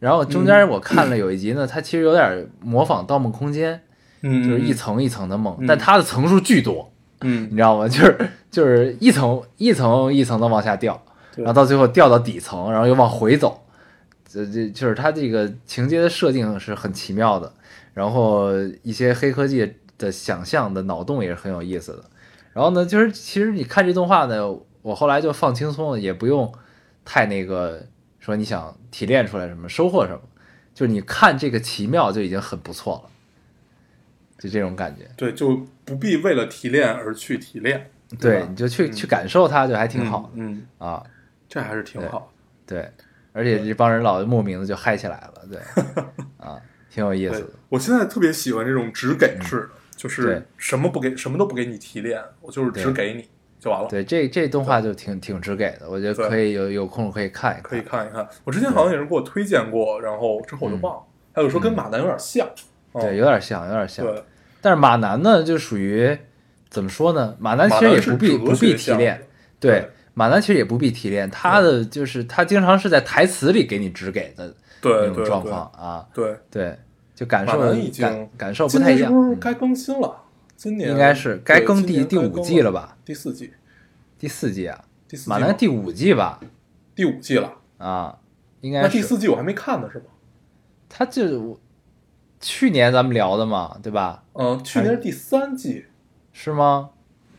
[SPEAKER 2] 然后中
[SPEAKER 1] 嗯
[SPEAKER 2] 间我看了有一集呢，它其实有点模仿《盗梦空间》，
[SPEAKER 1] 嗯，
[SPEAKER 2] 就是一层一层的梦，
[SPEAKER 1] 嗯
[SPEAKER 2] 但它的层数巨多，你
[SPEAKER 1] 嗯
[SPEAKER 2] 知道吗？ [LAUGHS] 就是就是一层一层一层的往下掉，
[SPEAKER 1] 对
[SPEAKER 2] 然后到最后掉到底层，然后又往回走，这这就是它这个情节的设定是很奇妙的，然后一些黑科技的想象的脑洞也是很有意思的。然后呢，就是其实你看这动画呢，我后来就放轻松了，也不用太那个说你想提炼出来什么收获什么，就是你看这个奇妙就已经很不错了，就这种感觉。
[SPEAKER 1] 对，就不必为了提炼而去提炼，对
[SPEAKER 2] 对
[SPEAKER 1] 吧，
[SPEAKER 2] 你就去、去感受它，就还挺
[SPEAKER 1] 嗯
[SPEAKER 2] 好的、
[SPEAKER 1] 嗯，
[SPEAKER 2] 啊。
[SPEAKER 1] 这还是挺好
[SPEAKER 2] 对，而且这帮人老莫名的就嗨起来了，对，
[SPEAKER 1] [LAUGHS]
[SPEAKER 2] 啊，挺有意
[SPEAKER 1] 的。
[SPEAKER 2] 思
[SPEAKER 1] 对
[SPEAKER 2] 的，，
[SPEAKER 1] 我现在特别喜欢这种只给式的，就是
[SPEAKER 2] 对
[SPEAKER 1] 什么不给，什么都不给你提炼，我就是只
[SPEAKER 2] 对
[SPEAKER 1] 给你就完了。
[SPEAKER 2] 对，这这动画就挺挺值给的，我觉
[SPEAKER 1] 对
[SPEAKER 2] 得可以有有空可以看一看，
[SPEAKER 1] 可以看一看。我之前好像也是给我推荐过，然后之后我就忘了。还有说跟马南有点像，嗯
[SPEAKER 2] 嗯对，有点像，有点像，
[SPEAKER 1] 对，
[SPEAKER 2] 但是马南呢，就属于怎么说呢？马南其
[SPEAKER 1] 马
[SPEAKER 2] 实
[SPEAKER 1] 南
[SPEAKER 2] 也
[SPEAKER 1] 是
[SPEAKER 2] 不必
[SPEAKER 1] 哲
[SPEAKER 2] 不
[SPEAKER 1] 学
[SPEAKER 2] 必提
[SPEAKER 1] 向
[SPEAKER 2] 炼
[SPEAKER 1] 的，对
[SPEAKER 2] 对，马南其实也不必提炼，他的就是他经常是在台词里给你指给的那
[SPEAKER 1] 对
[SPEAKER 2] 种
[SPEAKER 1] 对
[SPEAKER 2] 状况啊，
[SPEAKER 1] 对对。
[SPEAKER 2] 对，就感
[SPEAKER 1] 马
[SPEAKER 2] 受
[SPEAKER 1] 南已经
[SPEAKER 2] 感感受不
[SPEAKER 1] 今
[SPEAKER 2] 太
[SPEAKER 1] 年
[SPEAKER 2] 一
[SPEAKER 1] 是
[SPEAKER 2] 样，
[SPEAKER 1] 不是
[SPEAKER 2] 嗯
[SPEAKER 1] 该更新了？今年
[SPEAKER 2] 应该是该
[SPEAKER 1] 对
[SPEAKER 2] 更
[SPEAKER 1] 今
[SPEAKER 2] 第
[SPEAKER 1] 年
[SPEAKER 2] 第
[SPEAKER 1] 该
[SPEAKER 2] 五
[SPEAKER 1] 更
[SPEAKER 2] 季了吧？
[SPEAKER 1] 第四季，
[SPEAKER 2] 第四季啊，
[SPEAKER 1] 第四季
[SPEAKER 2] 马南
[SPEAKER 1] 吗
[SPEAKER 2] 第五季吧，
[SPEAKER 1] 第五季了。
[SPEAKER 2] 啊，应
[SPEAKER 1] 那
[SPEAKER 2] 该
[SPEAKER 1] 第
[SPEAKER 2] 是
[SPEAKER 1] 四季我还没看呢，是吗？
[SPEAKER 2] 他就去年咱们聊的嘛，对吧？
[SPEAKER 1] 嗯，去年是第三季。
[SPEAKER 2] 是吗？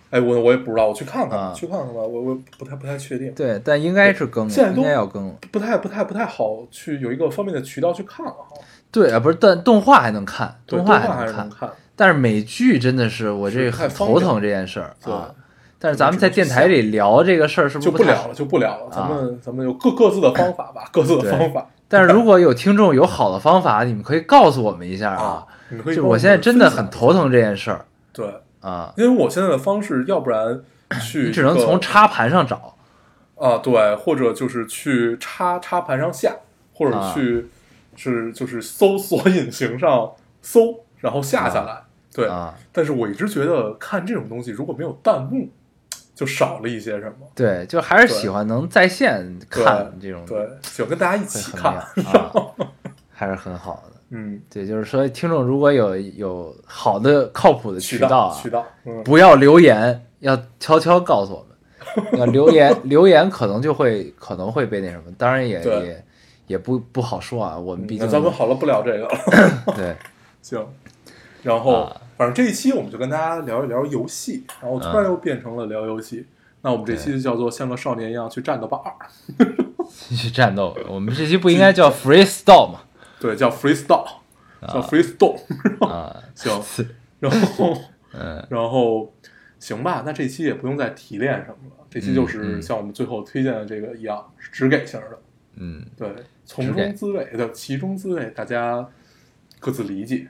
[SPEAKER 1] 哎，我我也不知道，我去看看，
[SPEAKER 2] 啊
[SPEAKER 1] 去看看吧。我我不太不太确定，
[SPEAKER 2] 对，但应该是更
[SPEAKER 1] 现在
[SPEAKER 2] 了，
[SPEAKER 1] 都
[SPEAKER 2] 应该要更了。
[SPEAKER 1] 不太不太不太好去有一个方面的渠道去看了哈。
[SPEAKER 2] 对啊，不是，但动画还能看，
[SPEAKER 1] 对，动
[SPEAKER 2] 画
[SPEAKER 1] 还
[SPEAKER 2] 能
[SPEAKER 1] 是能
[SPEAKER 2] 看，
[SPEAKER 1] 看。
[SPEAKER 2] 但是美剧真的是我
[SPEAKER 1] 是
[SPEAKER 2] 这
[SPEAKER 1] 太
[SPEAKER 2] 很
[SPEAKER 1] 方
[SPEAKER 2] 头
[SPEAKER 1] 便
[SPEAKER 2] 疼这件事儿
[SPEAKER 1] 对
[SPEAKER 2] 啊。但是咱们在
[SPEAKER 1] 只
[SPEAKER 2] 电
[SPEAKER 1] 能去
[SPEAKER 2] 台里聊这个事儿，是不是
[SPEAKER 1] 就不
[SPEAKER 2] 太
[SPEAKER 1] 聊
[SPEAKER 2] 好
[SPEAKER 1] 了，？就不聊了。咱
[SPEAKER 2] 啊
[SPEAKER 1] 们咱们有各各自的方法吧，各自的
[SPEAKER 2] 对
[SPEAKER 1] 方法
[SPEAKER 2] 但是如果有听众有好的方法，你们可以告诉我们一下
[SPEAKER 1] 啊。你可
[SPEAKER 2] 就
[SPEAKER 1] 以
[SPEAKER 2] 是
[SPEAKER 1] 帮
[SPEAKER 2] 我现在
[SPEAKER 1] 们
[SPEAKER 2] 真的
[SPEAKER 1] 分
[SPEAKER 2] 很
[SPEAKER 1] 享
[SPEAKER 2] 头疼这件事儿
[SPEAKER 1] 对，
[SPEAKER 2] 啊，
[SPEAKER 1] 因为我现在的方式，要不
[SPEAKER 2] [CLEARS THROAT]
[SPEAKER 1] 然去
[SPEAKER 2] 你只能
[SPEAKER 1] 一个
[SPEAKER 2] 从插盘上找。
[SPEAKER 1] 啊对，或者就是去插插盘上下，或者
[SPEAKER 2] 啊
[SPEAKER 1] 去是就是搜索 [LAUGHS] 引擎上搜，然后下下来。对，
[SPEAKER 2] 啊
[SPEAKER 1] 但是我一直觉得看这种东西如果没有弹幕，就少了一些什么。
[SPEAKER 2] 对，就还是
[SPEAKER 1] 对
[SPEAKER 2] 喜欢能在线看这种
[SPEAKER 1] 对，想跟大家一
[SPEAKER 2] 嗯会
[SPEAKER 1] 起
[SPEAKER 2] 很
[SPEAKER 1] 看
[SPEAKER 2] 亮。
[SPEAKER 1] [LAUGHS]
[SPEAKER 2] 啊，还是很好的。
[SPEAKER 1] 嗯，
[SPEAKER 2] 对，就是说，听众如果有有好的靠谱的
[SPEAKER 1] 渠
[SPEAKER 2] 道啊，
[SPEAKER 1] 渠道，嗯，
[SPEAKER 2] 不要留言，要悄悄告诉我们。要留
[SPEAKER 1] [LAUGHS]
[SPEAKER 2] 言，留言可能就会可能会被那什么，当然也
[SPEAKER 1] 对嗯
[SPEAKER 2] 也也不不好说啊。我们毕
[SPEAKER 1] 那
[SPEAKER 2] 竟
[SPEAKER 1] 咱们好了不聊这个了。 [LAUGHS]
[SPEAKER 2] 对
[SPEAKER 1] 行，然后、
[SPEAKER 2] 啊
[SPEAKER 1] 反正这一期我们就跟大家聊一聊游戏，然后突然又变成了聊游
[SPEAKER 2] 啊
[SPEAKER 1] 戏。那我们这期就叫做像个少年一样去战斗吧二，
[SPEAKER 2] 继续战斗。我们这期不应该
[SPEAKER 1] [LAUGHS]
[SPEAKER 2] 叫 freestyle 嘛？
[SPEAKER 1] 对，叫 freestyle，叫 freestyle，、
[SPEAKER 2] 啊，
[SPEAKER 1] 行，
[SPEAKER 2] 是
[SPEAKER 1] 然后
[SPEAKER 2] 嗯，
[SPEAKER 1] 然后行吧，那这期也不用再提炼什么了，这期就是像我们最后推荐的这个一样，只给型的，
[SPEAKER 2] 嗯，
[SPEAKER 1] 对，从
[SPEAKER 2] 只给
[SPEAKER 1] 中滋味，对，其中滋味，大家各自理解，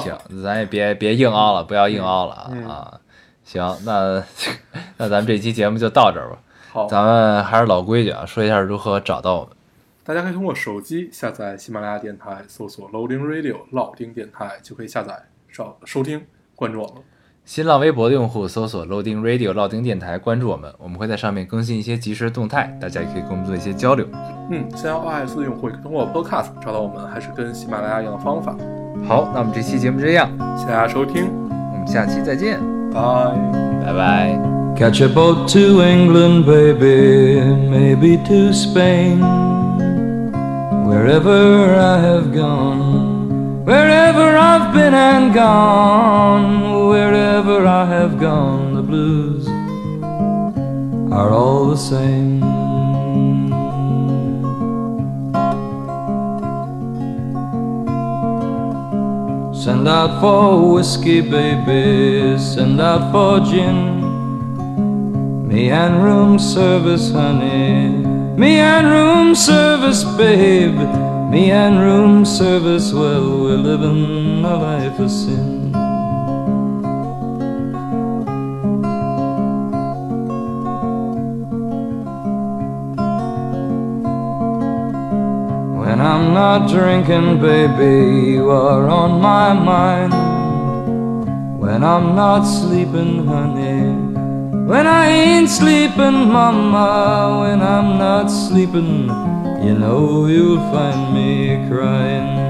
[SPEAKER 2] 行，咱也别别硬凹了，不要硬凹了啊、
[SPEAKER 1] 嗯嗯
[SPEAKER 2] 啊！行，那 [LAUGHS] 那咱们这期节目就到这儿吧。
[SPEAKER 1] 好，
[SPEAKER 2] 咱们还是老规矩啊，说一下如何找到我们。
[SPEAKER 1] 大家可以通过手机下载喜马拉雅电台，搜索 Loading Radio 老丁电台，就可以下载收收听关注我们。
[SPEAKER 2] 新浪微博的用户搜索 Loading Radio 老丁电台，关注我们，我们会在上面更新一些即时动态，大家也可以跟我们做一些交流。
[SPEAKER 1] 嗯，现在 iOS 的用户也可以通过 Podcast 找到我们，还是跟喜马拉雅一样的方法。
[SPEAKER 2] 好，那我们这期节目就这样，
[SPEAKER 1] 谢谢大家收听，
[SPEAKER 2] 我们下期再见，
[SPEAKER 1] 拜。
[SPEAKER 2] 拜拜。
[SPEAKER 3] Catch a boat to England, baby, maybe to Spain. Wherever I have gone, wherever I've been and gone, wherever I have gone, the blues are all the same. Send out for whiskey, baby. Send out for gin. Me and room service, honey. Me and room service, babe. Me and room service, well, we're living a life of sin. When I'm not drinking, baby, you are on my mind. When I'm not sleeping, honey. When I ain't sleeping, mama. When I'm not sleeping, you know you'll find me crying.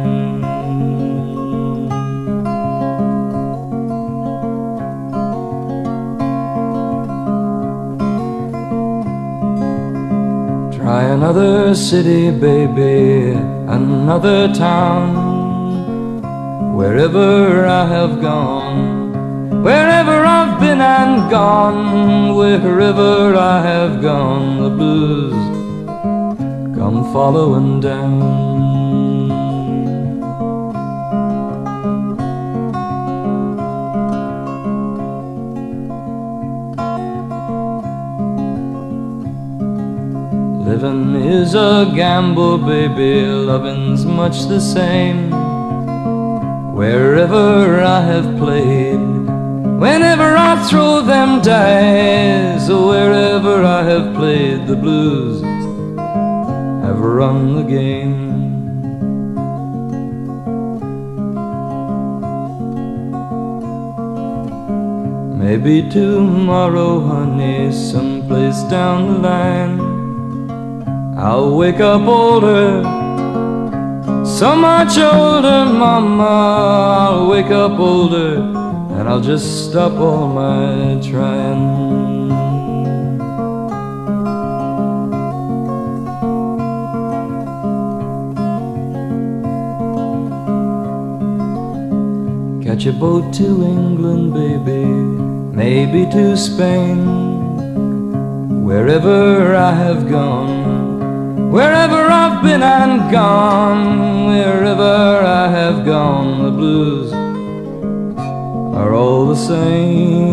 [SPEAKER 3] Try another city, baby, another town. Wherever I have gone, wherever I've been and gone, wherever I have gone, the blues come following down. Living is a gamble, baby. Loving's much the same. Wherever I have played, whenever I throw them dice, wherever I have played, the blues have run the game. Maybe tomorrow, honey, someplace down the line. I'll wake up older, so much older, mama. I'll wake up older, and I'll just stop all my trying. Catch a boat to England, baby, maybe to Spain. Wherever I have gone, wherever I've been and gone, wherever I have gone, the blues are all the same.